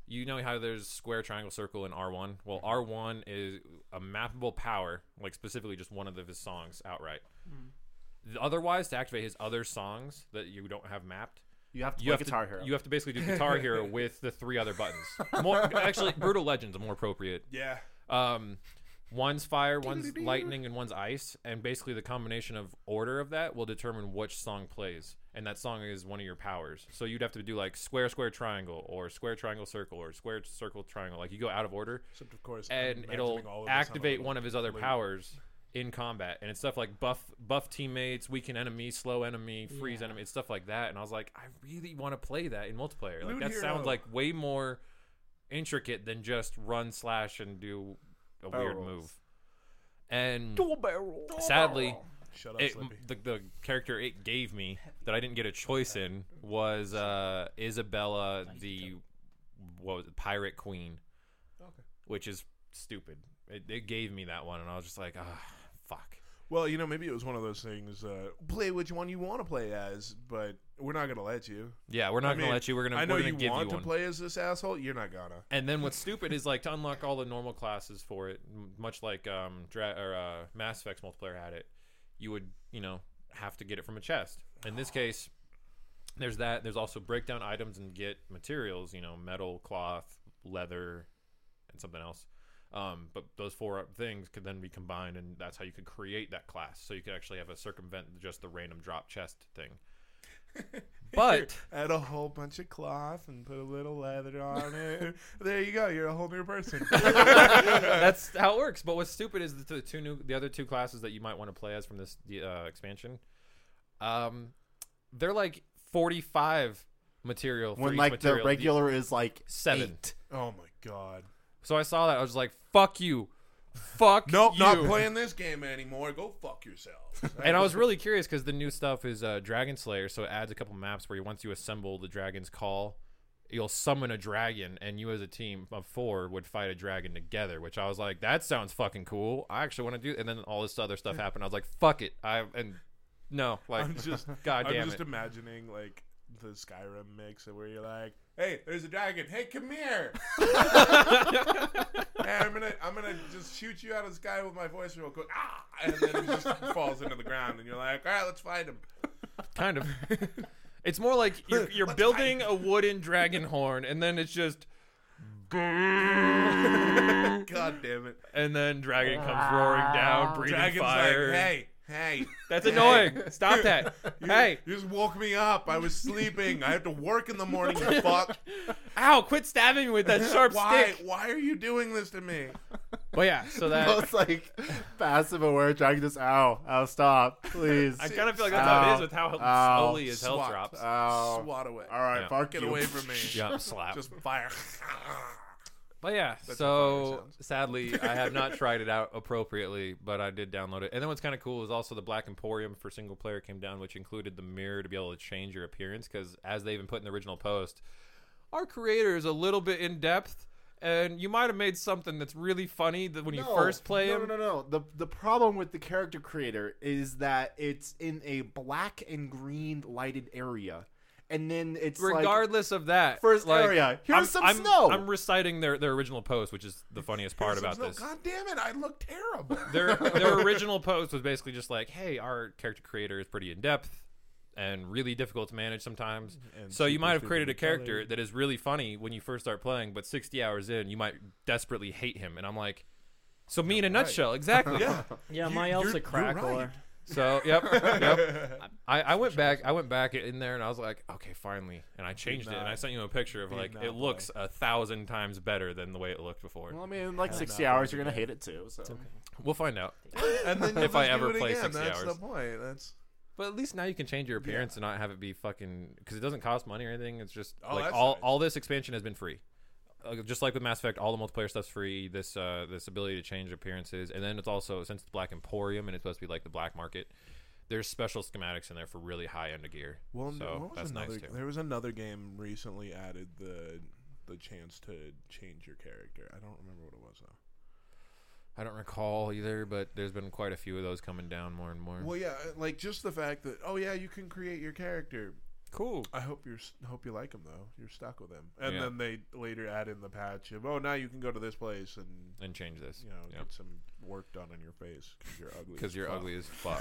S3: you know how there's square, triangle, circle, and R1? Well, R1 is a mappable power, like specifically just one of his songs outright. Otherwise, to activate his other songs that you don't have mapped,
S1: you have to
S3: you
S1: play
S3: have
S1: Guitar
S3: to,
S1: Hero.
S3: You have to basically do Guitar Hero with the three other buttons. More, actually, Brutal Legends are more appropriate.
S2: yeah.
S3: Um, one's fire, one's lightning, and one's ice, and basically the combination of order of that will determine which song plays, and that song is one of your powers. So you'd have to do like square, square, triangle, or square, triangle, circle, or square, circle, triangle. Like you go out of order,
S2: Except of course, I'm
S3: and
S2: imagining
S3: it'll
S2: all of this on a
S3: activate
S2: little
S3: one of his other
S2: loop.
S3: powers in combat and it's stuff like buff buff teammates weaken enemy slow enemy freeze enemy it's stuff like that and i was like i really want to play that in multiplayer like
S2: Loot
S3: that sounds
S2: Hero.
S3: like way more intricate than just run slash and do a weird
S1: rolls.
S3: move and sadly
S2: Shut up,
S3: it,
S2: Slippy.
S3: the, the character it gave me that I didn't get a choice in was uh, Isabella, the what was it, pirate queen,
S2: Okay.
S3: which is stupid. It, it gave me that one, and I was just like, ah, fuck.
S2: Well, you know, maybe it was one of those things. Uh, play which one you want to play as, but we're not gonna let you.
S3: Yeah, we're
S2: I
S3: not
S2: mean,
S3: gonna let you. We're gonna.
S2: I know
S3: we're gonna
S2: you
S3: give
S2: want
S3: you
S2: to
S3: one.
S2: play as this asshole. You're not gonna.
S3: And then what's stupid is like to unlock all the normal classes for it, m- much like um Dra- or uh, Mass Effect's multiplayer had it, you would you know have to get it from a chest. In this case, there's that. There's also breakdown items and get materials. You know, metal, cloth, leather, and something else. Um, but those four things could then be combined, and that's how you could create that class. So you could actually have a circumvent just the random drop chest thing. But
S2: Add a whole bunch of cloth and put a little leather on it. there you go. You're a whole new person.
S3: that's how it works. But what's stupid is the, the two new, the other two classes that you might want to play as from this uh, expansion. Um, they're like forty-five material. For
S1: when
S3: each
S1: like the
S3: material.
S1: regular is like
S3: seven.
S1: eight.
S2: oh my god.
S3: So I saw that I was like, "Fuck you, fuck
S2: Nope,
S3: you.
S2: not playing this game anymore. Go fuck yourself.
S3: And I was really curious because the new stuff is uh, Dragon Slayer, so it adds a couple maps where you, once you assemble the dragon's call, you'll summon a dragon, and you as a team of four would fight a dragon together. Which I was like, that sounds fucking cool. I actually want to do. And then all this other stuff happened. I was like, fuck it. I and no, like
S2: I'm just.
S3: God
S2: I'm
S3: damn
S2: just
S3: it.
S2: imagining like the Skyrim mix where you're like, "Hey, there's a dragon. Hey, come here. Hey, I'm gonna, I'm gonna just shoot you out of the sky with my voice real quick. Ah!" And then it just falls into the ground, and you're like, "All right, let's fight him."
S3: kind of. It's more like you're, you're
S2: Let's
S3: building a wooden dragon horn, and then it's just,
S2: God damn it!
S3: and then dragon comes roaring down, breathing
S2: Dragon's
S3: fire.
S2: like, "Hey, hey."
S3: That's
S2: hey,
S3: annoying. Stop that. hey,
S2: You just woke me up. I was sleeping. I have to work in the morning. You fuck.
S3: ow! Quit stabbing me with that sharp
S2: Why?
S3: stick.
S2: Why are you doing this to me?
S3: But yeah, so that
S1: Most like passive aware dragon just ow, ow, stop, please.
S3: I kind of feel like that's how it is
S1: Ow.
S3: with how
S1: Ow.
S3: slowly his health
S2: Swat.
S3: drops.
S1: ow.
S3: Oh.
S2: Swat away.
S1: All right,
S3: Yeah.
S1: fuck
S2: Get
S1: you.
S2: away from me.
S3: yeah, slap.
S2: Just fire.
S3: But yeah,
S2: That's how fire
S3: so
S2: sounds.
S3: sadly, I have not tried it out appropriately, but I did download it. And then what's kind of cool is also the Black Emporium for single player came down, which included the mirror to be able to change your appearance. Because as they even put in the original post, our creator is a little bit in depth, and you might have made something that's really funny that when you first play
S1: no,
S3: him.
S1: No, no, no. The the problem with the character creator is that it's in a black and green lighted area, and then it's like
S3: Regardless of that,
S1: First
S3: like,
S1: area, here's
S3: I'm,
S1: some
S3: I'm-
S1: snow.
S3: I'm reciting their, their original post, which is the funniest part
S2: There's
S3: about
S2: no-
S3: this.
S2: God damn it! I look terrible.
S3: their their original post was basically just like, "Hey, our character creator is pretty in depth and really difficult to manage sometimes.
S2: And
S3: so you
S2: super
S3: might have
S2: freaking
S3: created a character
S2: retarded."
S3: that is really funny when you first start playing, but 60 hours in, you might desperately hate him." And I'm like, "So me in a nutshell, exactly."
S2: yeah.
S5: Yeah,
S2: You-
S5: my
S2: you're-
S5: elf's a
S2: you're
S5: crackle.
S2: right.
S3: So yep, yep. I, I went back. I went back in there, and I was like, "Okay, finally." And I changed it, and I
S2: not-
S3: sent you a picture of
S2: did
S3: like
S2: not
S3: it looks a thousand times better than the way it looked before.
S1: well, I mean, in like
S2: Hell
S1: sixty
S2: no,
S1: hours,
S2: that'd
S1: you're
S2: be
S1: gonna hate it too. So
S3: We'll find out.
S2: And then you'll
S3: If I
S2: just do
S3: ever
S2: it
S3: play
S2: again.
S3: 60
S2: That's
S3: hours.
S2: the point. That's
S3: But at least now you can change your appearance and not have it be fucking because it doesn't cost money or anything. It's just
S2: Oh,
S3: like
S2: that's
S3: all
S2: nice.
S3: all this expansion has been free. Uh, just like with Mass Effect, all the multiplayer stuff's free. This uh, this ability to change appearances, and then it's also since it's Black Emporium and it's supposed to be like the black market. There's special schematics in there for really high end gear.
S2: Well,
S3: so
S2: no, what was
S3: that's
S2: another,
S3: nice too.
S2: There was another game recently added the the chance to change your character. I don't remember what it was though.
S3: I don't recall either, but there's been quite a few of those coming down more and more.
S2: Well, yeah, uh, like just the fact that oh yeah, you can create your character.
S3: Cool.
S2: I hope you're s- hope you like him though. You're stuck with him. And
S3: Yeah.
S2: then they later add in the patch of oh now you can go to this place and
S3: And change this
S2: you know
S3: Yep.
S2: get some work done on your face because you're ugly.
S3: because
S2: as
S3: you're
S2: fuck.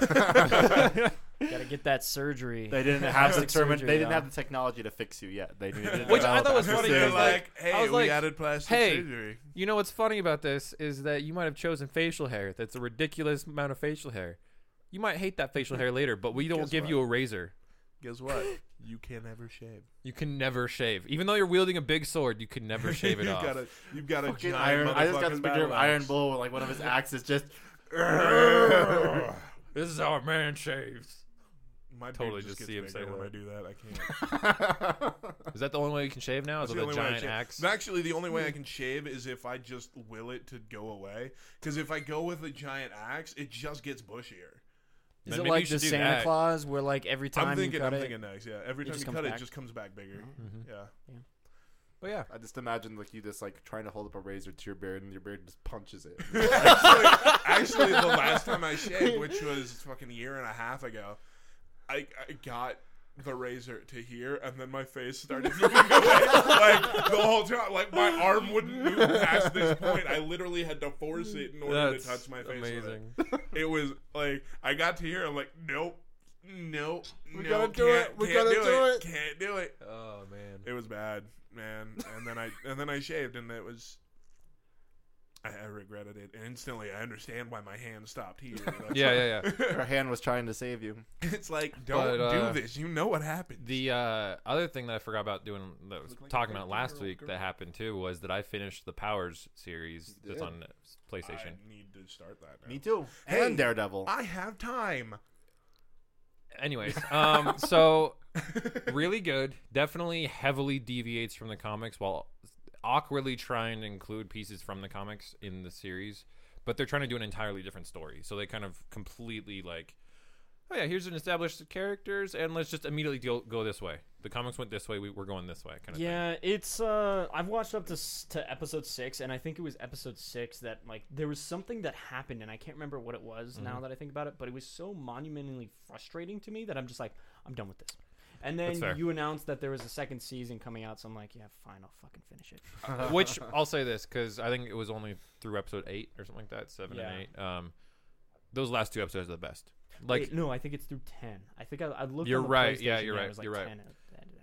S3: ugly as fuck.
S5: Gotta get that surgery.
S1: they didn't have the
S5: Plastic
S1: termin-
S5: surgery,
S1: They didn't
S5: though.
S1: have the technology to fix you yet. They needed to
S3: Which I
S1: develop
S3: thought was
S1: after
S3: funny,
S1: seeing-
S2: They're
S3: because,
S2: like, hey,
S3: I was
S2: we
S3: like,
S2: added plastic
S3: hey,
S2: surgery.
S3: You know what's funny about this is that you might have chosen facial hair. That's a ridiculous amount of facial hair. You might hate that facial hair later, but we don't
S2: Guess
S3: give
S2: what?
S3: you a razor.
S2: Guess what? you can never shave.
S3: You can never shave, even though you're wielding a big sword. You can never shave it
S2: you've
S3: off.
S2: Got a, you've got a
S1: Fucking
S2: giant
S1: Iron, I just got this
S2: motherfucking
S1: picture of
S2: battle
S1: Iron
S2: axe.
S1: Bull with like one of his axes just.
S3: This is how a man shaves.
S2: My beard
S3: Totally just
S2: gets
S3: see him
S2: bigger
S3: say
S2: when
S3: that.
S2: I do that. I can't.
S3: Is that the only way you can shave now? Is
S2: That's
S3: with
S2: the only
S3: a
S2: way I
S3: giant
S2: shave.
S3: axe?
S2: Actually, the only
S1: Hmm.
S2: way I can shave is if I just will it to go away. Because if I go with a giant axe, it just gets bushier.
S5: Is
S3: Then
S5: it
S3: maybe you
S5: like
S3: should
S5: the
S3: do
S5: Santa
S3: that.
S5: Claus where like every time
S2: I'm thinking.
S5: you cut
S2: I'm
S5: it,
S2: thinking next. Yeah, every
S5: it
S2: time
S5: just
S2: you
S5: comes
S2: cut it, it
S5: back?
S2: just comes back bigger.
S3: Mm-hmm.
S2: Yeah.
S3: But Oh, yeah,
S1: I just imagine like you just like trying to hold up a razor to your beard and your beard just punches it.
S2: actually, actually, the last time I shaved, which was fucking a year and a half ago, I, I got the razor to here, and then my face started moving away. Like the whole time, like my arm wouldn't move past this point. I literally had to force it in order
S3: that's
S2: to touch my face. with it.
S3: amazing.
S2: it. was like I got to here. I'm like, nope, nope, we
S1: gotta do it, we gotta do it.
S2: can't do it.
S3: Oh man,
S2: It was bad, man. And then I and then I shaved, and it was. I, I regretted it and instantly. I understand why my hand stopped here. That's-
S3: yeah, yeah, yeah.
S1: Her hand was trying to save you.
S2: It's like don't
S3: But, uh,
S2: do this. You know what happened.
S3: The uh, other thing that I forgot about doing that I was
S2: Look like a
S3: talking about
S2: cartoon
S3: last
S2: girl,
S3: week
S2: girl.
S3: that happened too was that I finished the Powers series that's
S1: did.
S3: on PlayStation.
S2: I need to start that. Now.
S1: Me too.
S2: Hey.
S1: and Daredevil.
S2: I have time.
S3: Anyways, um, so really good. Definitely heavily deviates from the comics while awkwardly trying to include pieces from the comics in the series, but they're trying to do an entirely different story. So they kind of completely like, oh yeah, here's an established characters, and let's just immediately go, go this way. The comics went this way, we, we're going this way, kind of thing.
S5: Yeah, it's uh I've watched up to s- to episode 6 and I think it was episode 6 that like there was something that happened and I can't remember what it was
S3: Mm-hmm.
S5: now that I think about it, but it was so monumentally frustrating to me that I'm just like I'm done with this. And
S3: That's fair.
S5: then you announced that there was a second season coming out, so I'm like, yeah, fine, I'll fucking finish it.
S3: Which I'll say this because I think it was only through episode eight or something like that, seven
S5: Yeah.
S3: and eight. Um, those last two episodes are the best. Like
S5: Wait, no, I think it's through 10. I think I, I looked
S3: You're
S5: on the
S3: right, yeah,
S5: PlayStation,
S3: you're
S5: yeah, it
S3: right,
S5: was, like,
S3: you're right.
S5: 10 of that-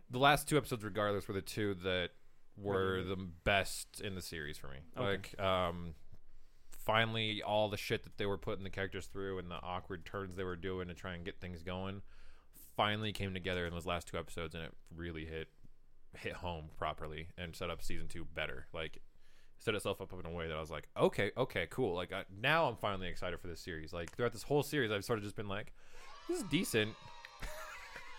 S3: the last two episodes, regardless, were the two that were the best in the series for me.
S5: Okay.
S3: Like, um, finally, all the shit that they were putting the characters through and the awkward turns they were doing to try and get things going finally came together in those last two episodes, and it really hit hit home properly and set up season two better. Like, set itself up in a way that I was like, okay, okay, cool. Like I, now I'm finally excited for this series. Like throughout this whole series, I've sort of just been like, this is decent.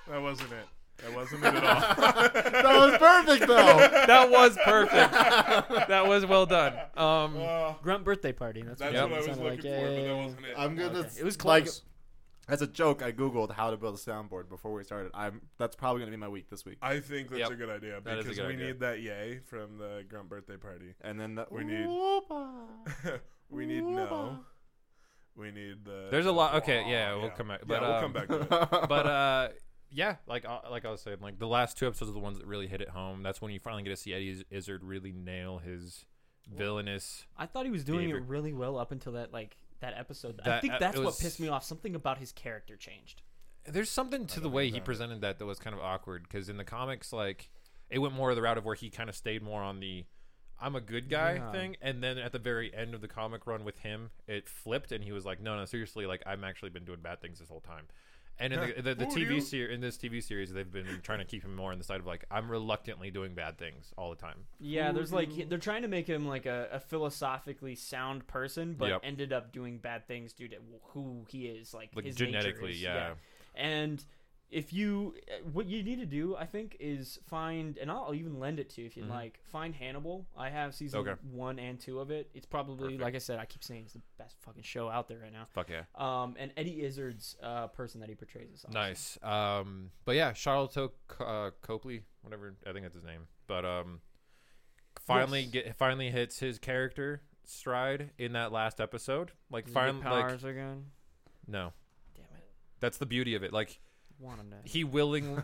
S2: That wasn't it.
S3: It wasn't it at all.
S1: that was perfect though.
S3: that was perfect. That was well done. Um,
S2: Uh,
S5: Grunt birthday party. That's,
S2: that's
S3: Yep.
S2: what I was
S5: sounded
S2: looking
S5: like. Yeah,
S2: for, but
S5: yeah,
S2: that
S5: yeah.
S2: wasn't it.
S1: I'm gonna.
S5: It was
S1: Like,
S5: close.
S1: as a joke, I googled how to build a soundboard before we started. I'm. That's probably gonna be my week this week.
S2: I think that's
S3: Yep.
S2: a good idea
S3: That is a
S2: because
S3: good
S2: we
S3: idea.
S2: need that yay from the Grunt birthday party.
S1: And then that,
S2: We need- we need no. We need the.
S3: there's a lot. Okay,
S2: Wah,
S3: yeah, we'll come back.
S2: Yeah,
S3: But,
S2: we'll
S3: um,
S2: come back. To it.
S3: but uh, yeah, like uh, like I was saying, like the last two episodes are the ones that really hit it home. That's when you finally get to see Eddie Izzard really nail his villainous.
S5: I thought he was doing
S3: Behavior.
S5: it really well up until that like that episode. I
S3: That
S5: think
S3: ep-
S5: that's
S3: it
S5: what
S3: was-
S5: pissed me off. Something about his character changed.
S3: There's something to the way he presented that that was kind of awkward because in the comics, like it went more of the route of where he kind of stayed more on the I'm a good guy
S5: Yeah.
S3: thing, and then at the very end of the comic run with him, it flipped and he was like, "No, no, seriously, like I've actually been doing bad things this whole time." And in the, the, the
S2: Who
S3: TV
S2: you?
S3: series, in this TV series, they've been trying to keep him more on the side of like I'm reluctantly doing bad things all the time.
S5: Yeah, there's like he- they're trying to make him like a, a philosophically sound person, but
S3: Yep.
S5: ended up doing bad things due to who he is, like,
S3: Like
S5: his nature
S3: genetically,
S5: is-
S3: yeah.
S5: And if you, uh, what you need to do, I think, is find, and I'll even lend it to you if you like. Find Hannibal. I have season
S3: Mm-hmm. Okay.
S5: one and two of it. It's probably,
S3: Perfect.
S5: like I said, I keep saying it's the best fucking show out there right now.
S3: Fuck yeah.
S5: Um, and Eddie Izzard's uh, person that he portrays is awesome.
S3: Nice. Um, but yeah, Charlotte Co- uh, Copley, whatever I think that's his name. But um, finally
S5: Yes.
S3: get finally hits his character stride in that last episode. Like
S5: Does he get
S3: finally, like
S5: powers again.
S3: no,
S5: Damn it,
S3: that's the beauty of it. Like
S5: want him to.
S3: he willing.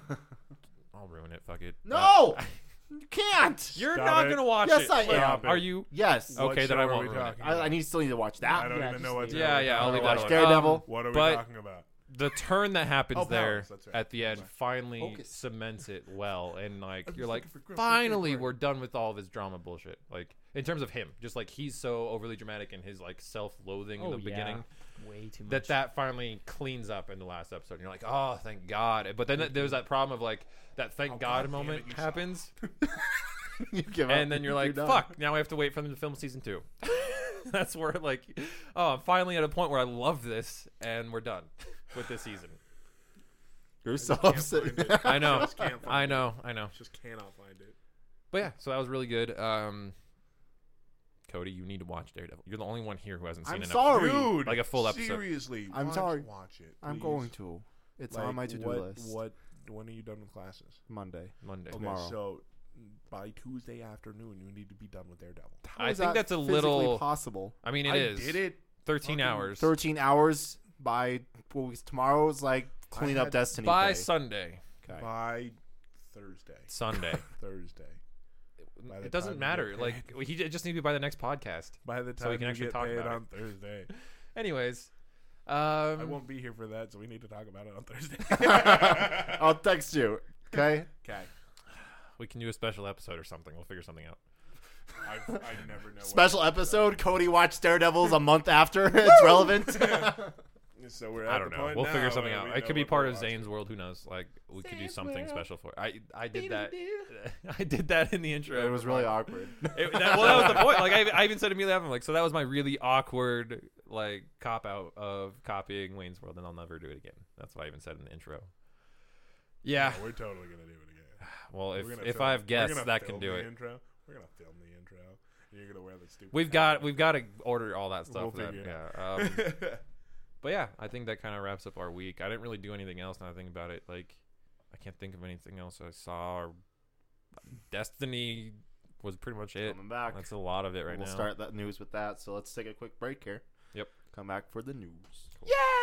S3: I'll ruin it. Fuck it. Uh,
S1: no, you can't. Oh,
S3: you're
S2: Stop
S3: not
S2: it.
S3: gonna watch
S1: Yes,
S3: it.
S1: I
S2: Stop
S1: am.
S2: it.
S3: Are you?
S1: Yes.
S2: What
S3: Okay,
S2: show
S3: then I
S2: are
S3: won't
S2: we
S3: ruin it.
S2: talking
S1: I, I
S2: about?
S1: need still need to watch
S2: I
S1: that.
S2: don't
S5: Yeah,
S2: even
S5: just
S2: know what.
S5: leave it.
S3: Yeah, yeah. I'll leave that.
S1: Watch
S3: alone.
S1: Daredevil.
S2: What are we
S3: But-
S2: talking about?
S3: the turn that happens
S2: Oh,
S3: there
S2: balance, that's right.
S3: at the end
S2: Sorry.
S3: finally
S1: Focus.
S3: cements it well and like you're like
S2: looking for growth,
S3: finally
S2: growth, growth."
S3: we're done with all of his drama bullshit like in terms of him just like he's so overly dramatic and his like self-loathing
S4: Oh,
S3: in the beginning
S5: Oh, way too much.
S3: that that finally cleans up in the last episode and you're like oh thank god but then there was that problem of like that thank god,
S2: God damn it,
S3: moment
S2: you suck.
S3: happens
S1: you give up.
S3: and then you're like
S1: done.
S3: fuck now i have to wait for them to film season two that's where like oh i'm finally at a point where i love this and we're done with this season
S1: You're so
S2: Can't
S1: upset.
S2: find it.
S3: i know
S2: Just can't find
S3: i
S2: it.
S3: know i know
S2: Just cannot find it.
S3: But yeah, so that was really good. Um, Cody, you need to watch Daredevil. You're the only one here who hasn't seen
S1: I'm
S3: it.
S1: sorry.
S2: Dude,
S3: Like a full episode.
S2: Seriously,
S1: I'm
S2: watch-
S1: sorry.
S2: Watch it.
S1: I'm
S2: please.
S1: going to. It's
S2: Like,
S1: on my to-do
S2: what-
S1: list.
S2: What? When are you done with classes?
S1: Monday?
S3: Monday.
S1: Okay. Tomorrow.
S2: So by Tuesday afternoon, you need to be done with Daredevil.
S1: How
S3: I
S1: is
S3: think
S1: that
S3: that's a
S1: physically
S3: little-
S1: possible.
S3: I mean, it
S2: I
S3: is
S2: did it.
S3: 13
S2: fucking
S3: hours.
S1: Thirteen hours by well, we- tomorrow's like clean
S2: I
S1: up
S2: had-
S1: destiny
S3: by
S1: day.
S3: Sunday.
S1: Okay.
S2: by Thursday.
S3: Sunday.
S2: Thursday. By the
S3: it
S2: time
S3: doesn't
S2: you
S3: matter.
S2: get
S3: Like he j- just need to be by the next podcast.
S2: By the time
S3: So we can
S2: you
S3: actually
S2: get
S3: talk
S2: paid
S3: about it.
S2: on Thursday,
S3: Anyways, um,
S2: I won't be here for that, so we need to talk about it on Thursday.
S1: I'll text you. Okay.
S2: okay.
S3: we can do a special episode or something. We'll figure something out.
S2: I, I never know.
S1: Special episode. Cody watched Daredevils a month after it's relevant.
S2: What, so we're. At
S3: I don't
S2: the
S3: know.
S2: Point
S3: We'll
S2: now
S3: figure something
S2: where
S3: out.
S2: we
S3: It
S2: know
S3: could be
S2: what
S3: part
S2: we're
S3: of
S2: watching.
S3: Zane's World. Who knows? Like we could do
S2: Zane's
S3: something
S2: World.
S3: special for. It. I I did that. I did that in the intro.
S1: it was really awkward.
S3: It, that, well, that was the point. Like I, I even said immediately after, I'm like, so that was my really awkward like cop out of copying Wayne's World, and I'll never do it again. That's what I even said in the intro. Yeah.
S2: Yeah, we're totally gonna do it again.
S3: Well, if
S2: We're gonna
S3: if
S2: film-
S3: I have
S2: we're
S3: guests,
S2: gonna
S3: that can
S2: film
S3: do
S2: the
S3: it.
S2: Intro. We're gonna film the intro. And you're gonna wear the stupid.
S3: We've got we've got to order all that
S2: We'll
S3: stuff. for that.
S2: figure it
S3: Yeah. Um, but yeah, I think that kind of wraps up our week. I didn't really do anything else. Now that I think about it, like I can't think of anything else I saw. Or Destiny was pretty much it.
S1: Coming back.
S3: That's a lot of it right
S1: we'll
S3: now.
S1: start that news with that. So let's take a quick break here.
S3: Yep.
S1: Come back for the news.
S3: Yeah.